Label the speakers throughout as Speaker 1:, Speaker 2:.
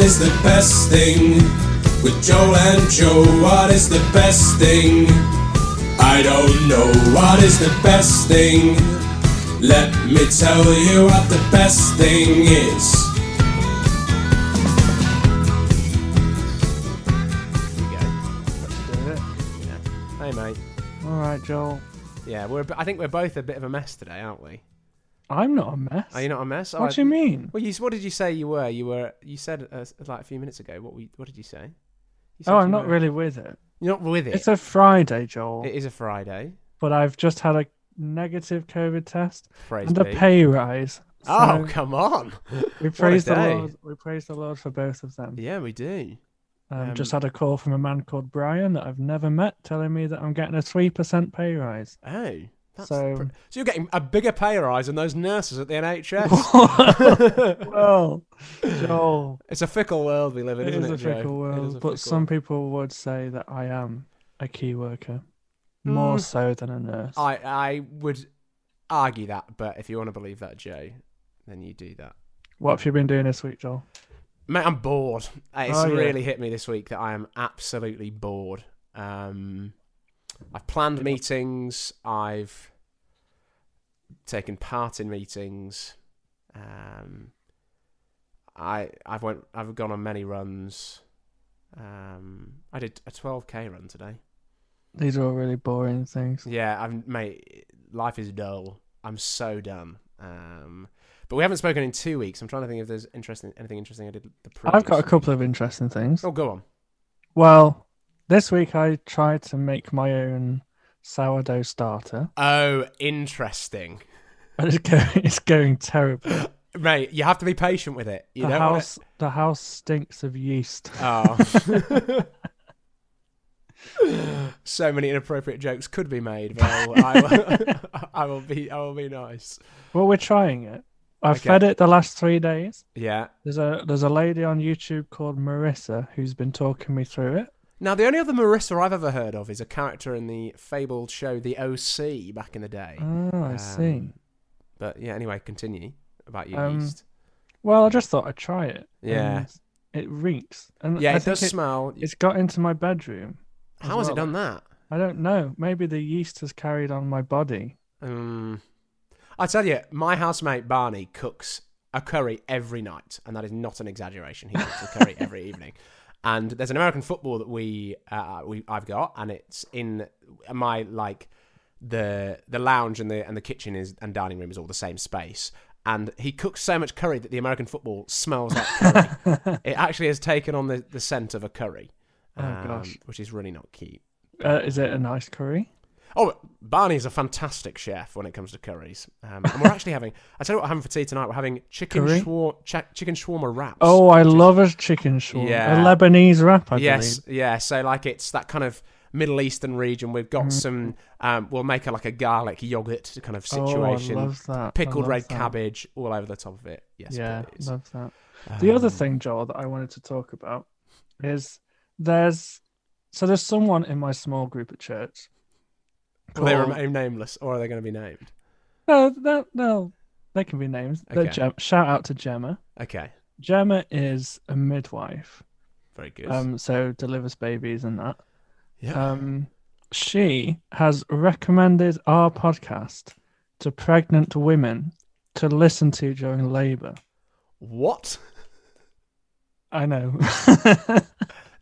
Speaker 1: is the best thing? With Joel and Joe, what is the best thing? I don't know what is the best thing. Let me tell you what the best thing is.
Speaker 2: Yeah. Hey, mate.
Speaker 3: All right, Joel.
Speaker 2: Yeah, we're. a bit- I think we're both a bit of a mess today, aren't we?
Speaker 3: I'm not a mess.
Speaker 2: Are you not a mess? Oh,
Speaker 3: What
Speaker 2: I-
Speaker 3: do you mean?
Speaker 2: Well, you, what did you say you were? You were. You said uh, like a few minutes ago. What we? What did you say? You said
Speaker 3: Oh,
Speaker 2: you
Speaker 3: I'm not
Speaker 2: were-
Speaker 3: really with it.
Speaker 2: You're not with it.
Speaker 3: It's a Friday, Joel,
Speaker 2: it is a Friday.
Speaker 3: but I've just had a negative COVID test
Speaker 2: Praise
Speaker 3: and a
Speaker 2: be.
Speaker 3: pay rise.
Speaker 2: oh,
Speaker 3: So
Speaker 2: come on.
Speaker 3: we
Speaker 2: a
Speaker 3: praise the
Speaker 2: day.
Speaker 3: Lord. We praise the Lord for both of them.
Speaker 2: yeah, we do.
Speaker 3: Um, just
Speaker 2: um,
Speaker 3: had a call from a man called Brian that I've never met, telling me that I'm getting a three percent pay rise.
Speaker 2: Oh. That's
Speaker 3: So-
Speaker 2: pr- so you're getting a bigger pay rise than those nurses at the
Speaker 3: well,
Speaker 2: NHS.
Speaker 3: Joel,
Speaker 2: it's a fickle world we live in,
Speaker 3: it
Speaker 2: isn't
Speaker 3: is a
Speaker 2: Joe?
Speaker 3: fickle
Speaker 2: It
Speaker 3: world,
Speaker 2: is a
Speaker 3: but
Speaker 2: fickle
Speaker 3: some people would say that I am a key worker, more
Speaker 2: Mm.
Speaker 3: so than a nurse.
Speaker 2: I I would argue that, but if you want to believe that, Joe, then you do that.
Speaker 3: What have you been doing this week, Joel?
Speaker 2: Mate, I'm bored. Uh, It's
Speaker 3: Oh, yeah.
Speaker 2: really hit me this week that I am absolutely bored. Um, I've planned meetings. I've taken part in meetings. Um, I I've went I've gone on many runs. Um, I did a 12k run today.
Speaker 3: These are all really boring things.
Speaker 2: Yeah, I'm mate. Life is dull. I'm so done. Um, but we haven't spoken in two weeks. I'm trying to think if there's interesting anything interesting I did. The previous.
Speaker 3: I've got a couple of interesting things.
Speaker 2: Oh, go on.
Speaker 3: Well, this week I tried to make my own sourdough starter,
Speaker 2: Oh, interesting.
Speaker 3: and it's going, it's going terrible.
Speaker 2: Mate, you have to be patient with it. You
Speaker 3: the
Speaker 2: don't
Speaker 3: house the house stinks of yeast.
Speaker 2: Wanna... Oh. so many inappropriate jokes could be made, but I will, I will, I will be I will be nice.
Speaker 3: Well, we're trying it. I've
Speaker 2: Okay.
Speaker 3: fed it the last three days.
Speaker 2: Yeah.
Speaker 3: There's a there's a lady on YouTube called Marissa who's been talking me through it.
Speaker 2: Now the only other Marissa I've ever heard of is a character in the fabled show The OC back in the day.
Speaker 3: Oh, I see.
Speaker 2: Um, But yeah, anyway, continue about your
Speaker 3: Um,
Speaker 2: yeast.
Speaker 3: Well, I just thought I'd try it.
Speaker 2: Yeah.
Speaker 3: and it reeks, and
Speaker 2: Yeah,
Speaker 3: I
Speaker 2: it
Speaker 3: think
Speaker 2: does smell.
Speaker 3: it's got into my bedroom. as
Speaker 2: How has it
Speaker 3: well.
Speaker 2: done that?
Speaker 3: I don't know. Maybe the yeast has carried on my body.
Speaker 2: Um, I tell you, my housemate Barney cooks a curry every night, and that is not an exaggeration. He cooks a curry every evening. And there's an American football that we uh, we I've got, and it's in my like the the lounge and the and the kitchen is and dining room is all the same space. And he cooks so much curry that the American football smells like curry. it actually has taken on the, the scent of a curry, um,
Speaker 3: Oh, gosh.
Speaker 2: which is really not cute.
Speaker 3: Uh, is it a nice curry?
Speaker 2: Oh, Barney's a fantastic chef when it comes to curries. Um, and we're actually having, I tell you what, we're having for tea tonight. We're having chicken,
Speaker 3: Curry?
Speaker 2: shwar- cha- chicken shawarma wraps.
Speaker 3: Oh, I love a chicken shawarma.
Speaker 2: Yeah.
Speaker 3: A Lebanese wrap, I
Speaker 2: yes.
Speaker 3: believe.
Speaker 2: Yeah. So, like, it's that kind of Middle Eastern region. We've
Speaker 3: Mm-hmm.
Speaker 2: got some, um, we'll make a, like a garlic yogurt kind of situation.
Speaker 3: Oh, I love that. I
Speaker 2: Pickled
Speaker 3: love
Speaker 2: red
Speaker 3: that.
Speaker 2: cabbage all over the top of it. Yes.
Speaker 3: yeah,
Speaker 2: please.
Speaker 3: love that. The other
Speaker 2: Um,
Speaker 3: thing, Joel, that I wanted to talk about is there's so there's someone in my small group at church.
Speaker 2: Will they
Speaker 3: called-
Speaker 2: remain nameless or are they going to be named?
Speaker 3: No, no, no, they can be names. They're
Speaker 2: Okay.
Speaker 3: Gem- shout out to Gemma.
Speaker 2: Okay.
Speaker 3: Gemma is a midwife,
Speaker 2: Very good.
Speaker 3: um, so delivers babies and that.
Speaker 2: yeah.
Speaker 3: Um, she has recommended our podcast to pregnant women to listen to during labor.
Speaker 2: what?
Speaker 3: I know.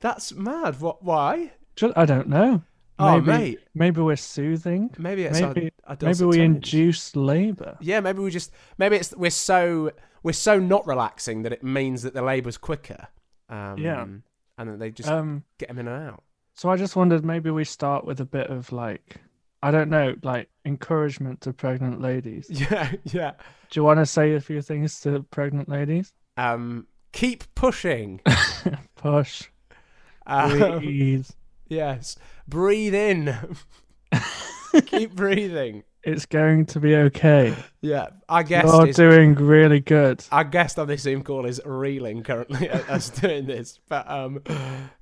Speaker 2: That's mad. What? Why?
Speaker 3: Ju- I don't know.
Speaker 2: Oh,
Speaker 3: maybe,
Speaker 2: mate.
Speaker 3: Maybe we're soothing.
Speaker 2: Maybe it's a-
Speaker 3: Maybe-
Speaker 2: a
Speaker 3: Maybe
Speaker 2: dulcet
Speaker 3: we
Speaker 2: tones.
Speaker 3: induce labor.
Speaker 2: Yeah, maybe we just maybe it's we're so we're so not relaxing that it means that the labour's quicker. Um,
Speaker 3: Yeah.
Speaker 2: and that they just
Speaker 3: Um,
Speaker 2: get them in and out.
Speaker 3: so I just wondered maybe we start with a bit of like, I don't know, like encouragement to pregnant ladies.
Speaker 2: Yeah, yeah.
Speaker 3: Do you want to say a few things to pregnant ladies?
Speaker 2: Um, keep pushing.
Speaker 3: Push,
Speaker 2: Um,
Speaker 3: breathe.
Speaker 2: yes, breathe in. keep breathing.
Speaker 3: It's going to be okay.
Speaker 2: Yeah, our guest
Speaker 3: You're
Speaker 2: is
Speaker 3: doing really good.
Speaker 2: our guest on this Zoom call is reeling currently at us doing this. But um,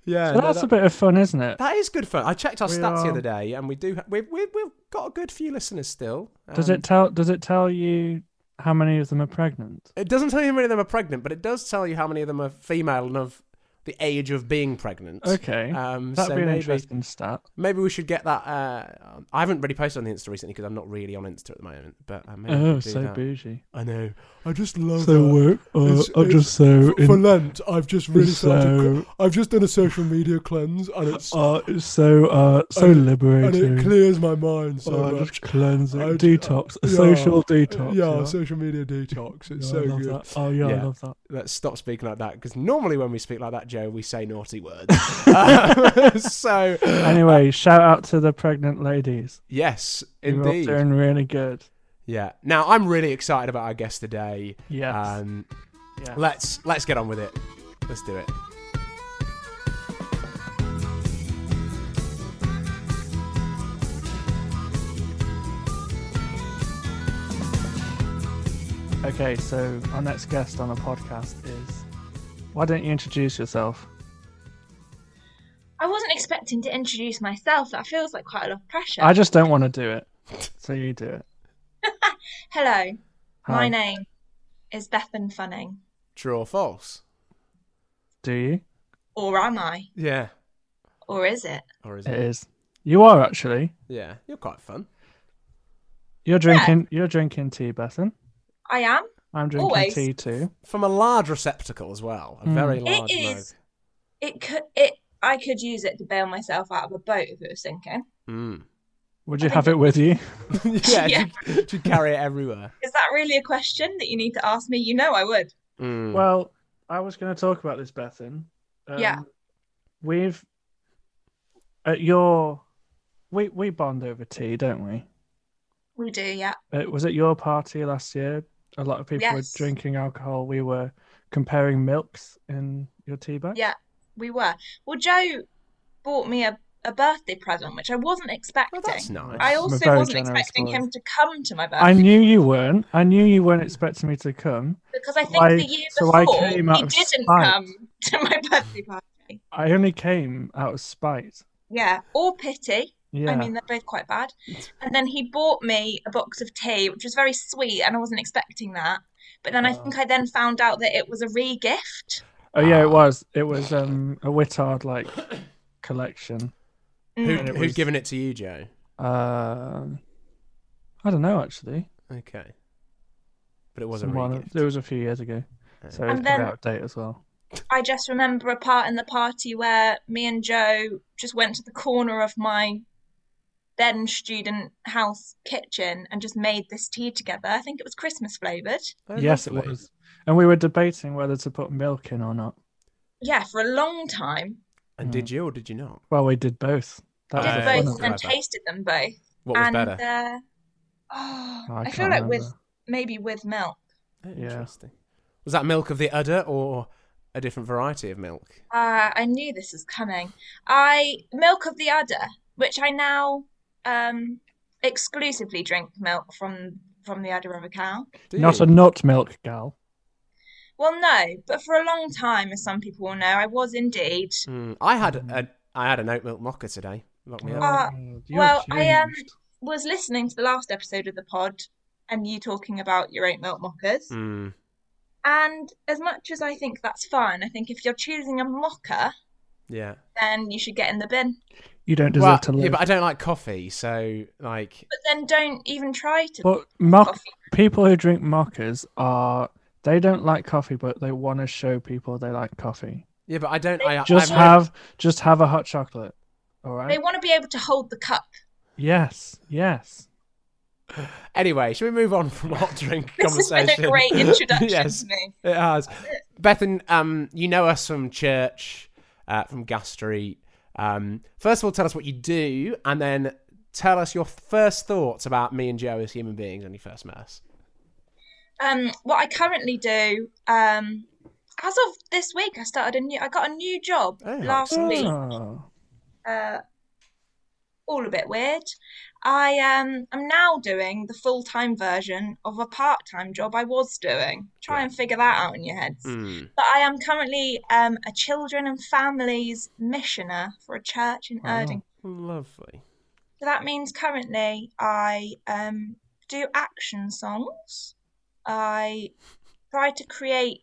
Speaker 2: yeah,
Speaker 3: So
Speaker 2: no,
Speaker 3: that's
Speaker 2: that-
Speaker 3: a bit of fun, isn't it?
Speaker 2: that is good fun. I checked our
Speaker 3: We
Speaker 2: stats the
Speaker 3: are-
Speaker 2: other day, and we do ha- we've, we've we've got a good few listeners still.
Speaker 3: Does
Speaker 2: Um,
Speaker 3: it tell? Does it tell you how many of them are pregnant?
Speaker 2: It doesn't tell you how many of them are pregnant, but it does tell you how many of them are female and of the age of being pregnant.
Speaker 3: Okay.
Speaker 2: Um,
Speaker 3: That'd
Speaker 2: so
Speaker 3: be an
Speaker 2: maybe,
Speaker 3: interesting stat.
Speaker 2: maybe we should get that. Uh, I haven't really posted on the Insta recently because I'm not really on Insta at the moment. But uh, maybe we
Speaker 3: Oh,
Speaker 2: could do
Speaker 3: so
Speaker 2: that.
Speaker 3: bougie.
Speaker 2: I know. I just love
Speaker 3: So uh,
Speaker 2: Oh, It's-
Speaker 3: I
Speaker 2: it's-
Speaker 3: just so
Speaker 2: for
Speaker 3: in, uh,
Speaker 2: Lent, I've just really started.
Speaker 3: so
Speaker 2: I've just done a social media cleanse, and it's
Speaker 3: uh, it's so uh, so
Speaker 2: And- and
Speaker 3: liberating.
Speaker 2: it clears my mind so
Speaker 3: Oh,
Speaker 2: much.
Speaker 3: just cleansing,
Speaker 2: I-
Speaker 3: detox, a
Speaker 2: yeah.
Speaker 3: social detox.
Speaker 2: yeah, social media detox. It's
Speaker 3: Yeah, I
Speaker 2: so
Speaker 3: love
Speaker 2: good.
Speaker 3: that. Oh yeah,
Speaker 2: Yeah.
Speaker 3: I love that.
Speaker 2: Let's stop speaking like that because normally when we speak like that, Joe, we say naughty words. Um, so
Speaker 3: Anyway, shout out to the pregnant ladies.
Speaker 2: yes,
Speaker 3: You're all
Speaker 2: indeed.
Speaker 3: doing really good.
Speaker 2: Yeah. Now I'm really excited about our guest today.
Speaker 3: Yes.
Speaker 2: Um,
Speaker 3: yes.
Speaker 2: let's let's get on with it. Let's do it.
Speaker 3: Okay, so our next guest on the podcast is. Why don't you introduce yourself?
Speaker 4: I wasn't expecting to introduce myself. That feels like quite a lot of pressure.
Speaker 3: I just don't want to do it, so you do it.
Speaker 4: Hello,
Speaker 3: Hi.
Speaker 4: my name is Bethan Funning,
Speaker 2: True or false?
Speaker 3: Do you?
Speaker 4: or am I,
Speaker 2: Yeah.
Speaker 4: or is it?
Speaker 2: Or is
Speaker 3: It
Speaker 2: it?
Speaker 3: is. You are actually.
Speaker 2: Yeah. You're quite fun.
Speaker 3: You're drinking. You're drinking tea, Bethan.
Speaker 4: I am.
Speaker 3: I'm drinking
Speaker 4: Always.
Speaker 3: tea too.
Speaker 2: From a large receptacle as well. A
Speaker 3: Mm.
Speaker 2: very
Speaker 3: It
Speaker 2: large.
Speaker 4: is. It could. It. I could use it to bail myself out of a boat if it was sinking.
Speaker 2: mug.
Speaker 3: Would you
Speaker 4: I
Speaker 3: have it with you?
Speaker 2: Mm. yeah.
Speaker 4: Yeah.
Speaker 2: You, you carry it everywhere.
Speaker 4: Is that really a question that you need to ask me? You know, I would.
Speaker 2: Mm.
Speaker 3: Well, I was going to talk about this, Bethan. Um,
Speaker 4: Yeah.
Speaker 3: We've at your we we bond over tea, don't we?
Speaker 4: We do, yeah.
Speaker 3: It Uh, was at your party last year. A lot of people
Speaker 4: Yes.
Speaker 3: were drinking alcohol. We were comparing milks in your tea bag.
Speaker 4: Yeah. We were. Well, Joe bought me a, a birthday present, which I wasn't expecting.
Speaker 2: Well, that's nice.
Speaker 4: I
Speaker 3: I'm a
Speaker 4: also
Speaker 3: very
Speaker 4: wasn't
Speaker 3: generous
Speaker 4: expecting
Speaker 3: boy.
Speaker 4: him to come to my birthday
Speaker 3: I knew you weren't. I knew you weren't expecting me to come.
Speaker 4: because I think
Speaker 3: I-
Speaker 4: the year
Speaker 3: so I
Speaker 4: before
Speaker 3: came out
Speaker 4: he
Speaker 3: of
Speaker 4: didn't
Speaker 3: spite.
Speaker 4: come to my birthday party.
Speaker 3: I only came out of spite.
Speaker 4: Yeah, or pity.
Speaker 3: Yeah.
Speaker 4: I mean, they're both quite bad. And then he bought me a box of tea, which was very sweet, and I wasn't expecting that. But then I
Speaker 3: Wow.
Speaker 4: think I then found out that it was a re-gift.
Speaker 3: oh yeah, it was. It was um a Wittard like collection.
Speaker 2: Who,
Speaker 3: And it
Speaker 2: who's
Speaker 3: was-
Speaker 2: giving it to you, Joe?
Speaker 3: Um, I don't know actually.
Speaker 2: Okay. But it was
Speaker 3: Someone-
Speaker 2: a re-gift.
Speaker 3: It was a few years ago, so it's
Speaker 4: And
Speaker 3: a
Speaker 4: then-
Speaker 3: bit out of date as well.
Speaker 4: I just remember a part in the party where me and Joe just went to the corner of my then student house kitchen and just made this tea together. I think it was Christmas flavoured.
Speaker 2: Oh,
Speaker 3: yes, it
Speaker 2: lovely.
Speaker 3: was. And we were debating whether to put milk in or not.
Speaker 4: Yeah, for a long time.
Speaker 2: And did you or did you not?
Speaker 3: Well, we did both. That
Speaker 4: Did
Speaker 2: Oh,
Speaker 3: was
Speaker 2: yeah.
Speaker 3: the fun
Speaker 4: both
Speaker 3: of
Speaker 4: and
Speaker 2: Clever.
Speaker 4: tasted them both.
Speaker 2: What was
Speaker 4: and
Speaker 2: better?
Speaker 4: Uh, oh,
Speaker 3: Oh, I
Speaker 4: I, feel
Speaker 3: can't
Speaker 4: like with
Speaker 3: remember.
Speaker 4: maybe with milk.
Speaker 2: Oh,
Speaker 3: uh, Yeah.
Speaker 2: Interesting. Was that milk of the udder or a different variety of milk?
Speaker 4: Uh, I knew this was coming. I milk of the udder, which I now um, exclusively drink milk from from the udder of a cow.
Speaker 2: Do
Speaker 3: it. Not
Speaker 2: you?
Speaker 3: a nut milk gal.
Speaker 4: Well, no, but for a long time, as some people will know, I was indeed.
Speaker 2: Mm, I had a I had an oat milk mocha today. Lock me up.
Speaker 4: Uh,
Speaker 3: Oh, you
Speaker 4: well,
Speaker 3: have
Speaker 4: I, um,
Speaker 3: changed.
Speaker 4: Was listening to the last episode of the pod and you talking about your oat milk mockers.
Speaker 2: Mm,
Speaker 4: And as much as I think that's fine, I think if you're choosing a mocker,
Speaker 2: yeah.
Speaker 4: then you should get in the bin.
Speaker 3: You don't deserve
Speaker 2: Well,
Speaker 3: to
Speaker 2: yeah,
Speaker 3: live.
Speaker 2: but I don't like coffee, so like
Speaker 4: But then don't even try to.
Speaker 3: But mock
Speaker 4: coffee.
Speaker 3: people who drink mockers are they don't like coffee, but they want to show people they like coffee.
Speaker 2: yeah, but I don't. I
Speaker 3: Just
Speaker 2: I've had-
Speaker 3: have just have a hot chocolate. All right.
Speaker 4: They want to be able to hold the cup.
Speaker 3: Yes. Yes.
Speaker 2: anyway. Should we move on from hot drink
Speaker 4: This has
Speaker 2: conversation?
Speaker 4: been a great introduction
Speaker 2: yes,
Speaker 4: to me.
Speaker 2: it has. Bethan, um, you know us from church, uh, from Gas Street. Um, first of all, tell us what you do, and then tell us your first thoughts about me and Joe as human beings when you first met us.
Speaker 4: Um, what I currently do, um, as of this week, I started a new. I got a new job
Speaker 2: Oh,
Speaker 4: last week.
Speaker 3: Oh,
Speaker 4: Uh, all a bit weird. I um, am now doing the full time version of a part time job I was doing. Try and figure that out in your heads.
Speaker 2: Hmm.
Speaker 3: Mm.
Speaker 4: But I am currently um, a children and families missioner for a church
Speaker 2: Oh,
Speaker 4: in
Speaker 3: Wow.
Speaker 4: Erding.
Speaker 2: Lovely.
Speaker 4: So that means currently I um, do action songs I try to create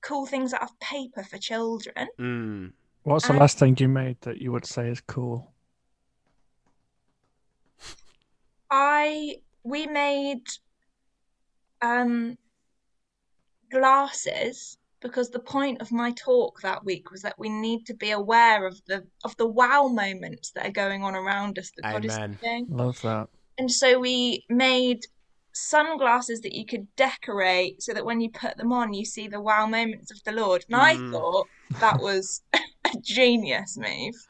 Speaker 4: cool things out of paper for children.
Speaker 2: Mm.
Speaker 3: What's the
Speaker 4: I-
Speaker 3: last thing you made that you would say is cool?
Speaker 4: I we made um glasses because the point of my talk that week was that we need to be aware of the of the wow moments that are going on around us that God is
Speaker 2: Amen.
Speaker 4: doing.
Speaker 3: Love that.
Speaker 4: And so we made sunglasses that you could decorate so that when you put them on you see the wow moments of the Lord. And I
Speaker 2: Mm.
Speaker 4: thought that was a genius move.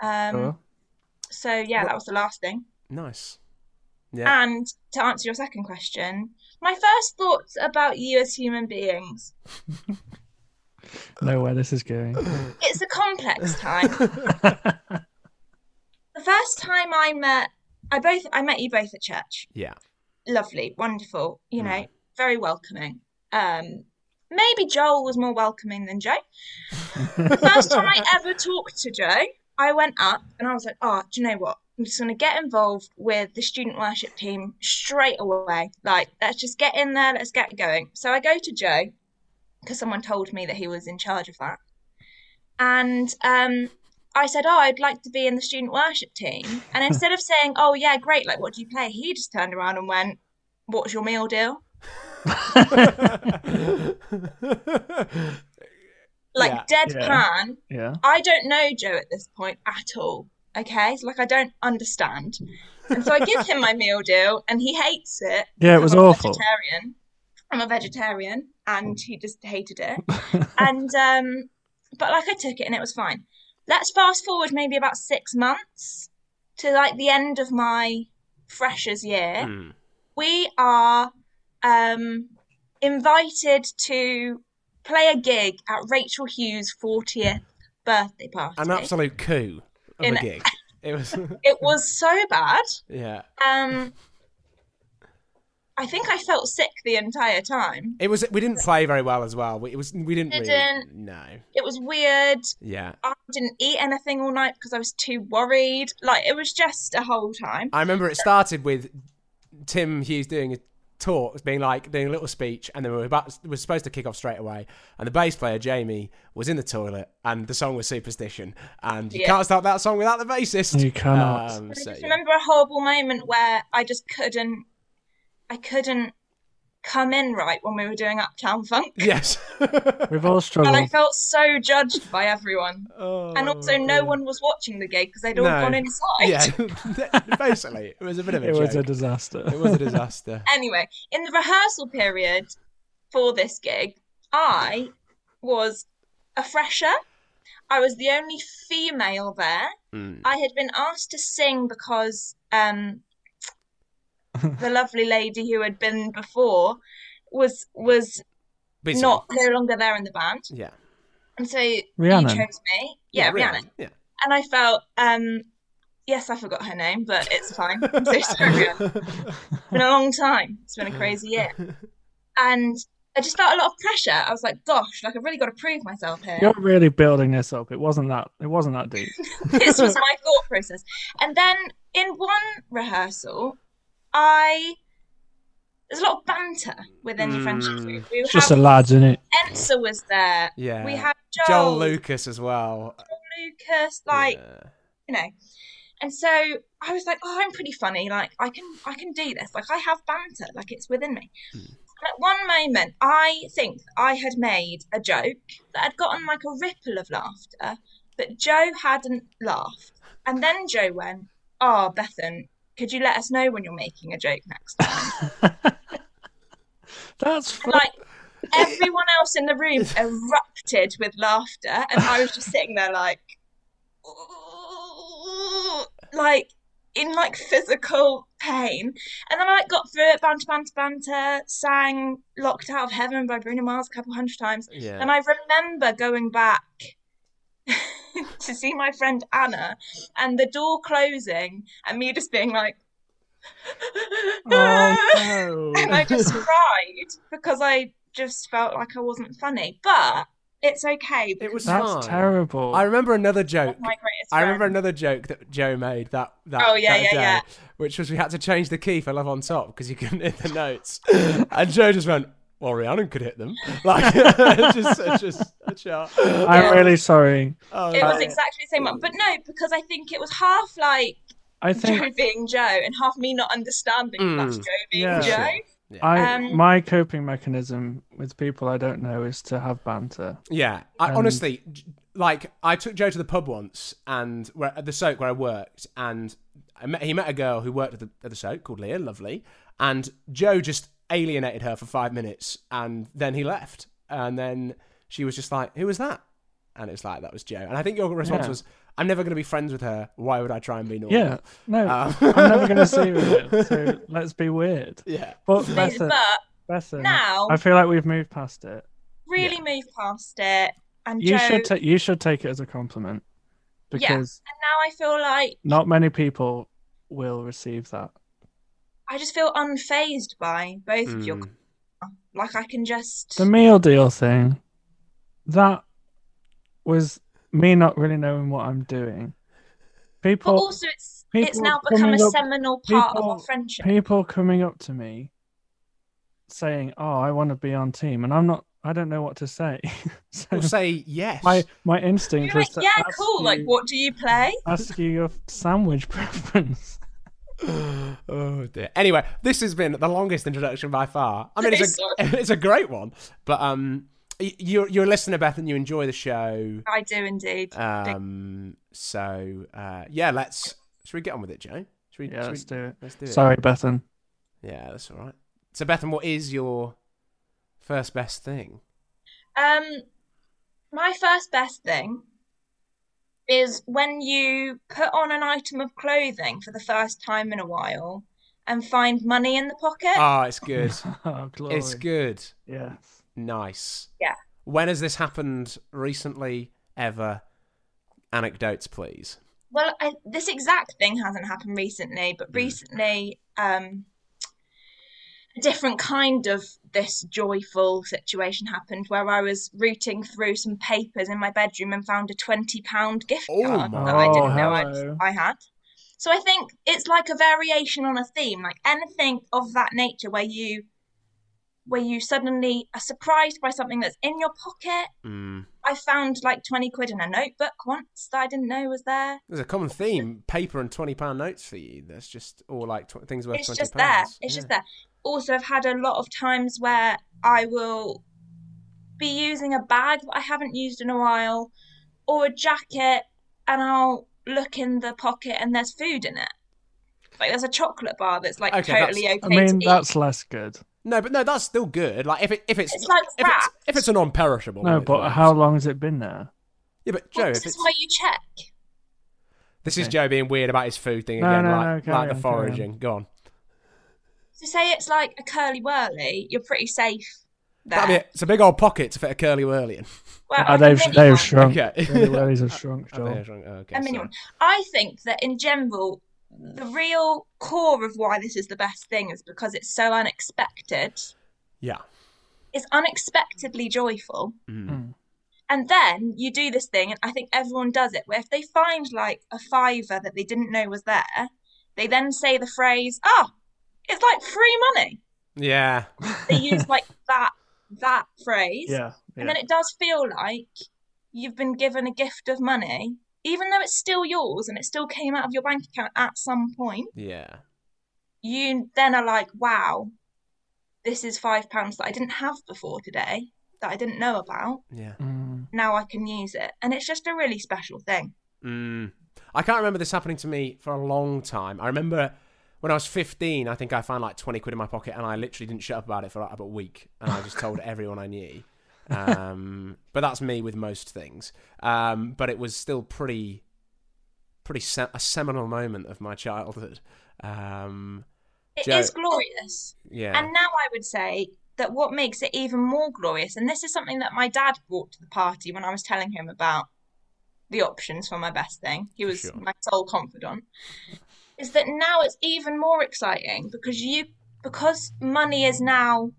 Speaker 4: Um
Speaker 3: Sure.
Speaker 4: so yeah, that was the last thing.
Speaker 2: Nice. Yeah.
Speaker 4: And to answer your second question, my first thoughts about you as human beings.
Speaker 3: Know where this is going.
Speaker 4: It's a complex time. the first time I met, I both I met you both at church.
Speaker 2: yeah.
Speaker 4: Lovely, wonderful. You know, very welcoming. Um, maybe Joel was more welcoming than Joe. the first time I ever talked to Joe, I went up and I was like, "Oh, do you know what? I'm just going to get involved with the student worship team straight away. Like, let's just get in there. Let's get going." So I go to Joe because someone told me that he was in charge of that, and um, I said, "Oh, I'd like to be in the student worship team." And instead of saying, "Oh yeah, great, like what do you play?" he just turned around and went, "What's your meal deal?" Like
Speaker 2: Yeah,
Speaker 4: deadpan.
Speaker 3: yeah.
Speaker 4: I don't know Joe at this point at all. Okay, so, like I don't understand, and so I give him my meal deal, and he hates it.
Speaker 3: Yeah, it
Speaker 4: because
Speaker 3: was
Speaker 4: I'm a
Speaker 3: awful.
Speaker 4: Vegetarian. I'm a vegetarian, and he just hated it. and um, but like I took it, and it was fine. Let's fast forward maybe about six months to like the end of my freshers year
Speaker 2: Mm.
Speaker 4: we are um, invited to play a gig at Rachel Hughes' 40th birthday party.
Speaker 2: An absolute coup of
Speaker 4: In-
Speaker 2: a gig. It was.
Speaker 4: It was so bad.
Speaker 2: Yeah.
Speaker 4: Um, I think I felt sick the entire time.
Speaker 2: It was. We didn't play very well as well. We, it was. We didn't,
Speaker 4: Didn't.
Speaker 2: really. No.
Speaker 4: It was weird.
Speaker 2: Yeah.
Speaker 4: I didn't eat anything all night because I was too worried. Like, it was just a whole time.
Speaker 2: I remember it started with Tim Hughes doing a talk, being like doing a little speech, and then we were about we were supposed to kick off straight away. And the bass player Jamie was in the toilet, and the song was Superstition, and you
Speaker 4: Yeah.
Speaker 2: can't start that song without the bassist.
Speaker 3: You cannot.
Speaker 2: Um,
Speaker 4: I
Speaker 2: so,
Speaker 4: just
Speaker 2: yeah.
Speaker 4: remember a horrible moment where I just couldn't, I couldn't come in right when we were doing Uptown Funk.
Speaker 2: Yes.
Speaker 3: We've all
Speaker 4: and
Speaker 3: struggled.
Speaker 4: I felt so judged by everyone.
Speaker 2: Oh,
Speaker 4: And also, no one was watching the gig because they'd all
Speaker 2: No.
Speaker 4: gone inside.
Speaker 2: Yeah. Basically, it was a bit of a
Speaker 3: it was a
Speaker 2: joke.
Speaker 3: disaster.
Speaker 2: it was a disaster.
Speaker 4: Anyway, in the rehearsal period for this gig, I was a fresher. I was the only female there.
Speaker 2: Mm.
Speaker 4: I had been asked to sing because um, the lovely lady who had been before was was
Speaker 2: Busy.
Speaker 4: not no longer there in the band,
Speaker 2: Yeah.
Speaker 4: and so you
Speaker 3: Rhiannon.
Speaker 4: chose me. Yeah, Rihanna.
Speaker 2: Rihanna. Yeah.
Speaker 4: and I felt, um, yes, I forgot her name, but it's fine. I'm so sorry. It's been a long time. It's been a crazy year, and I just felt a lot of pressure. I was like, gosh, like I've really got to prove myself here.
Speaker 3: You're really building this up. It wasn't that. It wasn't that deep.
Speaker 4: this was my thought process. And then in one rehearsal, I there's a lot of banter within the friendship
Speaker 2: Mm.
Speaker 4: group. We
Speaker 3: It's just the
Speaker 4: have
Speaker 3: lads, isn't it?
Speaker 4: Ensa was there.
Speaker 2: Yeah.
Speaker 4: We had
Speaker 2: Joel
Speaker 4: Joel,
Speaker 2: Lucas as well.
Speaker 4: Lucas, like
Speaker 2: Yeah.
Speaker 4: you know. And so I was like, oh, I'm pretty funny. Like I can I can do this. Like I have banter. Like it's within me. And at one moment, I think I had made a joke that had gotten like a ripple of laughter, but Joe hadn't laughed. And then Joe went, oh, Bethan, could you let us know when you're making a joke next time?
Speaker 3: That's f-
Speaker 4: Like everyone else in the room erupted with laughter, and I was just sitting there like, like in like physical pain. And then I like got through it, banter, banter, banter, sang "Locked Out of Heaven" by Bruno Mars a couple hundred times,
Speaker 2: Yeah.
Speaker 4: and I remember going back. to see my friend Anna and the door closing and me just being like
Speaker 3: oh no. Oh,
Speaker 4: and I just cried because I just felt like I wasn't funny. But It's okay.
Speaker 2: It was
Speaker 3: That's
Speaker 2: fine.
Speaker 3: terrible.
Speaker 2: I remember another joke.
Speaker 4: That's Oh my greatest.
Speaker 2: I remember
Speaker 4: friend.
Speaker 2: another joke that Joe made that that,
Speaker 4: Oh, yeah,
Speaker 2: that
Speaker 4: yeah,
Speaker 2: day,
Speaker 4: yeah.
Speaker 2: which was we had to change the key for Love on Top because you couldn't hit the notes, and Joe just went, "Well, Rhiannon could hit them." Like, just, just a chart.
Speaker 3: I'm really sorry.
Speaker 2: Oh,
Speaker 4: It was
Speaker 2: no.
Speaker 4: exactly the same one, but no, because I think it was half like
Speaker 3: I
Speaker 4: Joe
Speaker 3: think
Speaker 4: being Joe and half me not understanding that's
Speaker 2: Mm.
Speaker 4: Joe being
Speaker 3: Yeah.
Speaker 4: Joe.
Speaker 3: I
Speaker 4: Um,
Speaker 3: my coping mechanism with people I don't know is to have banter.
Speaker 2: Yeah, I
Speaker 3: And-
Speaker 2: honestly j- like I took Joe to the pub once, and where, at the soak where I worked, and I met, he met a girl who worked at the, at the soak called Leah, lovely, and Joe just alienated her for five minutes, and then he left, and then she was just like, "Who was that?" And it's like that was Joe, and I think your response
Speaker 3: Yeah.
Speaker 2: was, "I'm never going to be friends with her. Why would I try and be normal?"
Speaker 3: Yeah, no,
Speaker 2: Um,
Speaker 3: I'm never going to see you again. So let's be weird.
Speaker 2: yeah,
Speaker 3: But
Speaker 4: But
Speaker 3: better, better.
Speaker 4: now,
Speaker 3: I feel like we've moved past it.
Speaker 4: really move past it. And
Speaker 3: You
Speaker 4: Um, Joe,
Speaker 3: should ta- you should take it as a compliment because
Speaker 4: and now I feel like
Speaker 3: not many people will receive that.
Speaker 4: I just feel unfazed by both
Speaker 2: Mm.
Speaker 4: of your. Like I can just.
Speaker 3: The meal deal thing, that was me not really knowing what I'm doing.
Speaker 4: But
Speaker 3: People
Speaker 4: also, it's it's
Speaker 3: people
Speaker 4: now become a
Speaker 3: coming up-
Speaker 4: seminal part of our
Speaker 3: people-
Speaker 4: friendship.
Speaker 3: people coming up to me saying, "Oh, I want to be on team," and I'm not. I don't know what to say. so
Speaker 2: Well, say yes.
Speaker 3: my my
Speaker 4: You're
Speaker 3: instinct
Speaker 4: like,
Speaker 3: was to
Speaker 4: yeah,
Speaker 3: ask
Speaker 4: cool. Like,
Speaker 3: you-
Speaker 4: what do you play?
Speaker 3: ask you your sandwich preference.
Speaker 2: oh dear. Anyway, this has been the longest introduction by far. I mean, it's
Speaker 4: Sorry.
Speaker 2: a it's a great one, but um, y- you're you're a listener, Beth, and you enjoy the show.
Speaker 4: I do
Speaker 2: Uh,
Speaker 4: indeed.
Speaker 2: Um, so uh, yeah, let's should we get on with it, Joe? Should we,
Speaker 3: Yeah,
Speaker 2: should
Speaker 3: let's
Speaker 2: we,
Speaker 3: do it.
Speaker 2: Let's do
Speaker 3: Sorry, Bethan.
Speaker 2: it. Yeah, that's all right. So, Bethan, what is your first best thing?
Speaker 4: Um, my first best thing is when you put on an item of clothing for the first time in a while and find money in the pocket.
Speaker 2: Oh, it's good.
Speaker 3: oh, glory.
Speaker 2: it's good.
Speaker 3: Yes.
Speaker 2: Nice.
Speaker 4: Yeah.
Speaker 2: When has this happened? Recently? Ever? Anecdotes, please.
Speaker 4: Well, I, this exact thing hasn't happened recently,
Speaker 2: Mm.
Speaker 4: but recently, um, a different kind of this joyful situation happened where I was rooting through some papers in my bedroom and found a £20 gift
Speaker 2: Oh
Speaker 4: card
Speaker 2: my-
Speaker 4: that I didn't know
Speaker 3: hello.
Speaker 4: I, I had. So I think it's like a variation on a theme, like anything of that nature where you where you suddenly are surprised by something that's in your pocket.
Speaker 2: Mm.
Speaker 4: I found like 20 quid in a notebook once that I didn't know was there.
Speaker 2: There's a common theme: paper and twenty pound notes for you. That's just all like tw- things worth
Speaker 4: it's
Speaker 2: twenty
Speaker 4: just there.
Speaker 2: pounds.
Speaker 4: It's just there. Also, I've had a lot of times where I will be using a bag that I haven't used in a while, or a jacket, and I'll look in the pocket and there's food in it. Like there's a chocolate bar that's like
Speaker 2: Okay, that's-
Speaker 4: totally
Speaker 3: I
Speaker 4: okay
Speaker 3: mean,
Speaker 4: to eat.
Speaker 3: that's less good.
Speaker 2: No, but no, that's still good. Like if it if it's
Speaker 4: It's like
Speaker 2: if it's,
Speaker 4: wrapped.
Speaker 2: if it's a non-perishable.
Speaker 3: No,
Speaker 2: then it
Speaker 3: but
Speaker 2: works.
Speaker 3: how long has it been there?
Speaker 2: Yeah, but
Speaker 4: Well,
Speaker 2: Joe,
Speaker 4: this
Speaker 2: if
Speaker 4: is
Speaker 2: it's,
Speaker 4: why you check.
Speaker 2: this is
Speaker 3: Okay.
Speaker 2: Joe being weird about his food thing
Speaker 3: No,
Speaker 2: again,
Speaker 3: no, no,
Speaker 2: like
Speaker 3: carry
Speaker 2: like the
Speaker 3: on, carry on.
Speaker 2: foraging. Go on.
Speaker 4: So say it's like a curly whirly, you're pretty safe there.
Speaker 2: That'd be it. It's a big old pocket to fit a curly whirly in.
Speaker 4: Well,
Speaker 3: Ah,
Speaker 4: like a
Speaker 3: they've
Speaker 4: mini
Speaker 3: they've
Speaker 4: one.
Speaker 3: shrunk.
Speaker 2: Okay.
Speaker 3: Really, well, these have shrunk,
Speaker 2: I think I
Speaker 3: Joel.
Speaker 2: shrunk- oh, okay,
Speaker 4: a mini
Speaker 2: sorry.
Speaker 4: one. I think that in general, the real core of why this is the best thing is because it's so unexpected.
Speaker 2: Yeah.
Speaker 4: It's unexpectedly joyful.
Speaker 2: Mm.
Speaker 3: Mm.
Speaker 4: And then you do this thing, and I think everyone does it, where if they find like a fiver that they didn't know was there, they then say the phrase, oh, it's like free money.
Speaker 2: Yeah.
Speaker 4: They use like that that phrase.
Speaker 3: Yeah. yeah.
Speaker 4: And then it does feel like you've been given a gift of money, even though it's still yours and it still came out of your bank account at some point.
Speaker 2: Yeah.
Speaker 4: You then are like, wow, this is five pounds that I didn't have before today, that I didn't know about.
Speaker 2: Yeah.
Speaker 3: Mm.
Speaker 4: Now I can use it. And it's just a really special thing.
Speaker 2: Mm. I can't remember this happening to me for a long time. I remember when I was 15, I think I found like 20 quid in my pocket and I literally didn't shut up about it for like about a week. And I just told everyone I knew. Um, but that's me with most things. Um, but it was still pretty, pretty se- a seminal moment of my childhood. Um,
Speaker 4: It is
Speaker 2: Joe-
Speaker 4: glorious.
Speaker 2: yeah.
Speaker 4: And now I would say that what makes it even more glorious, and this is something that my dad brought to the party when I was telling him about the options for my best thing, he was
Speaker 2: Sure.
Speaker 4: my sole confidant, is that now it's even more exciting because you because money is now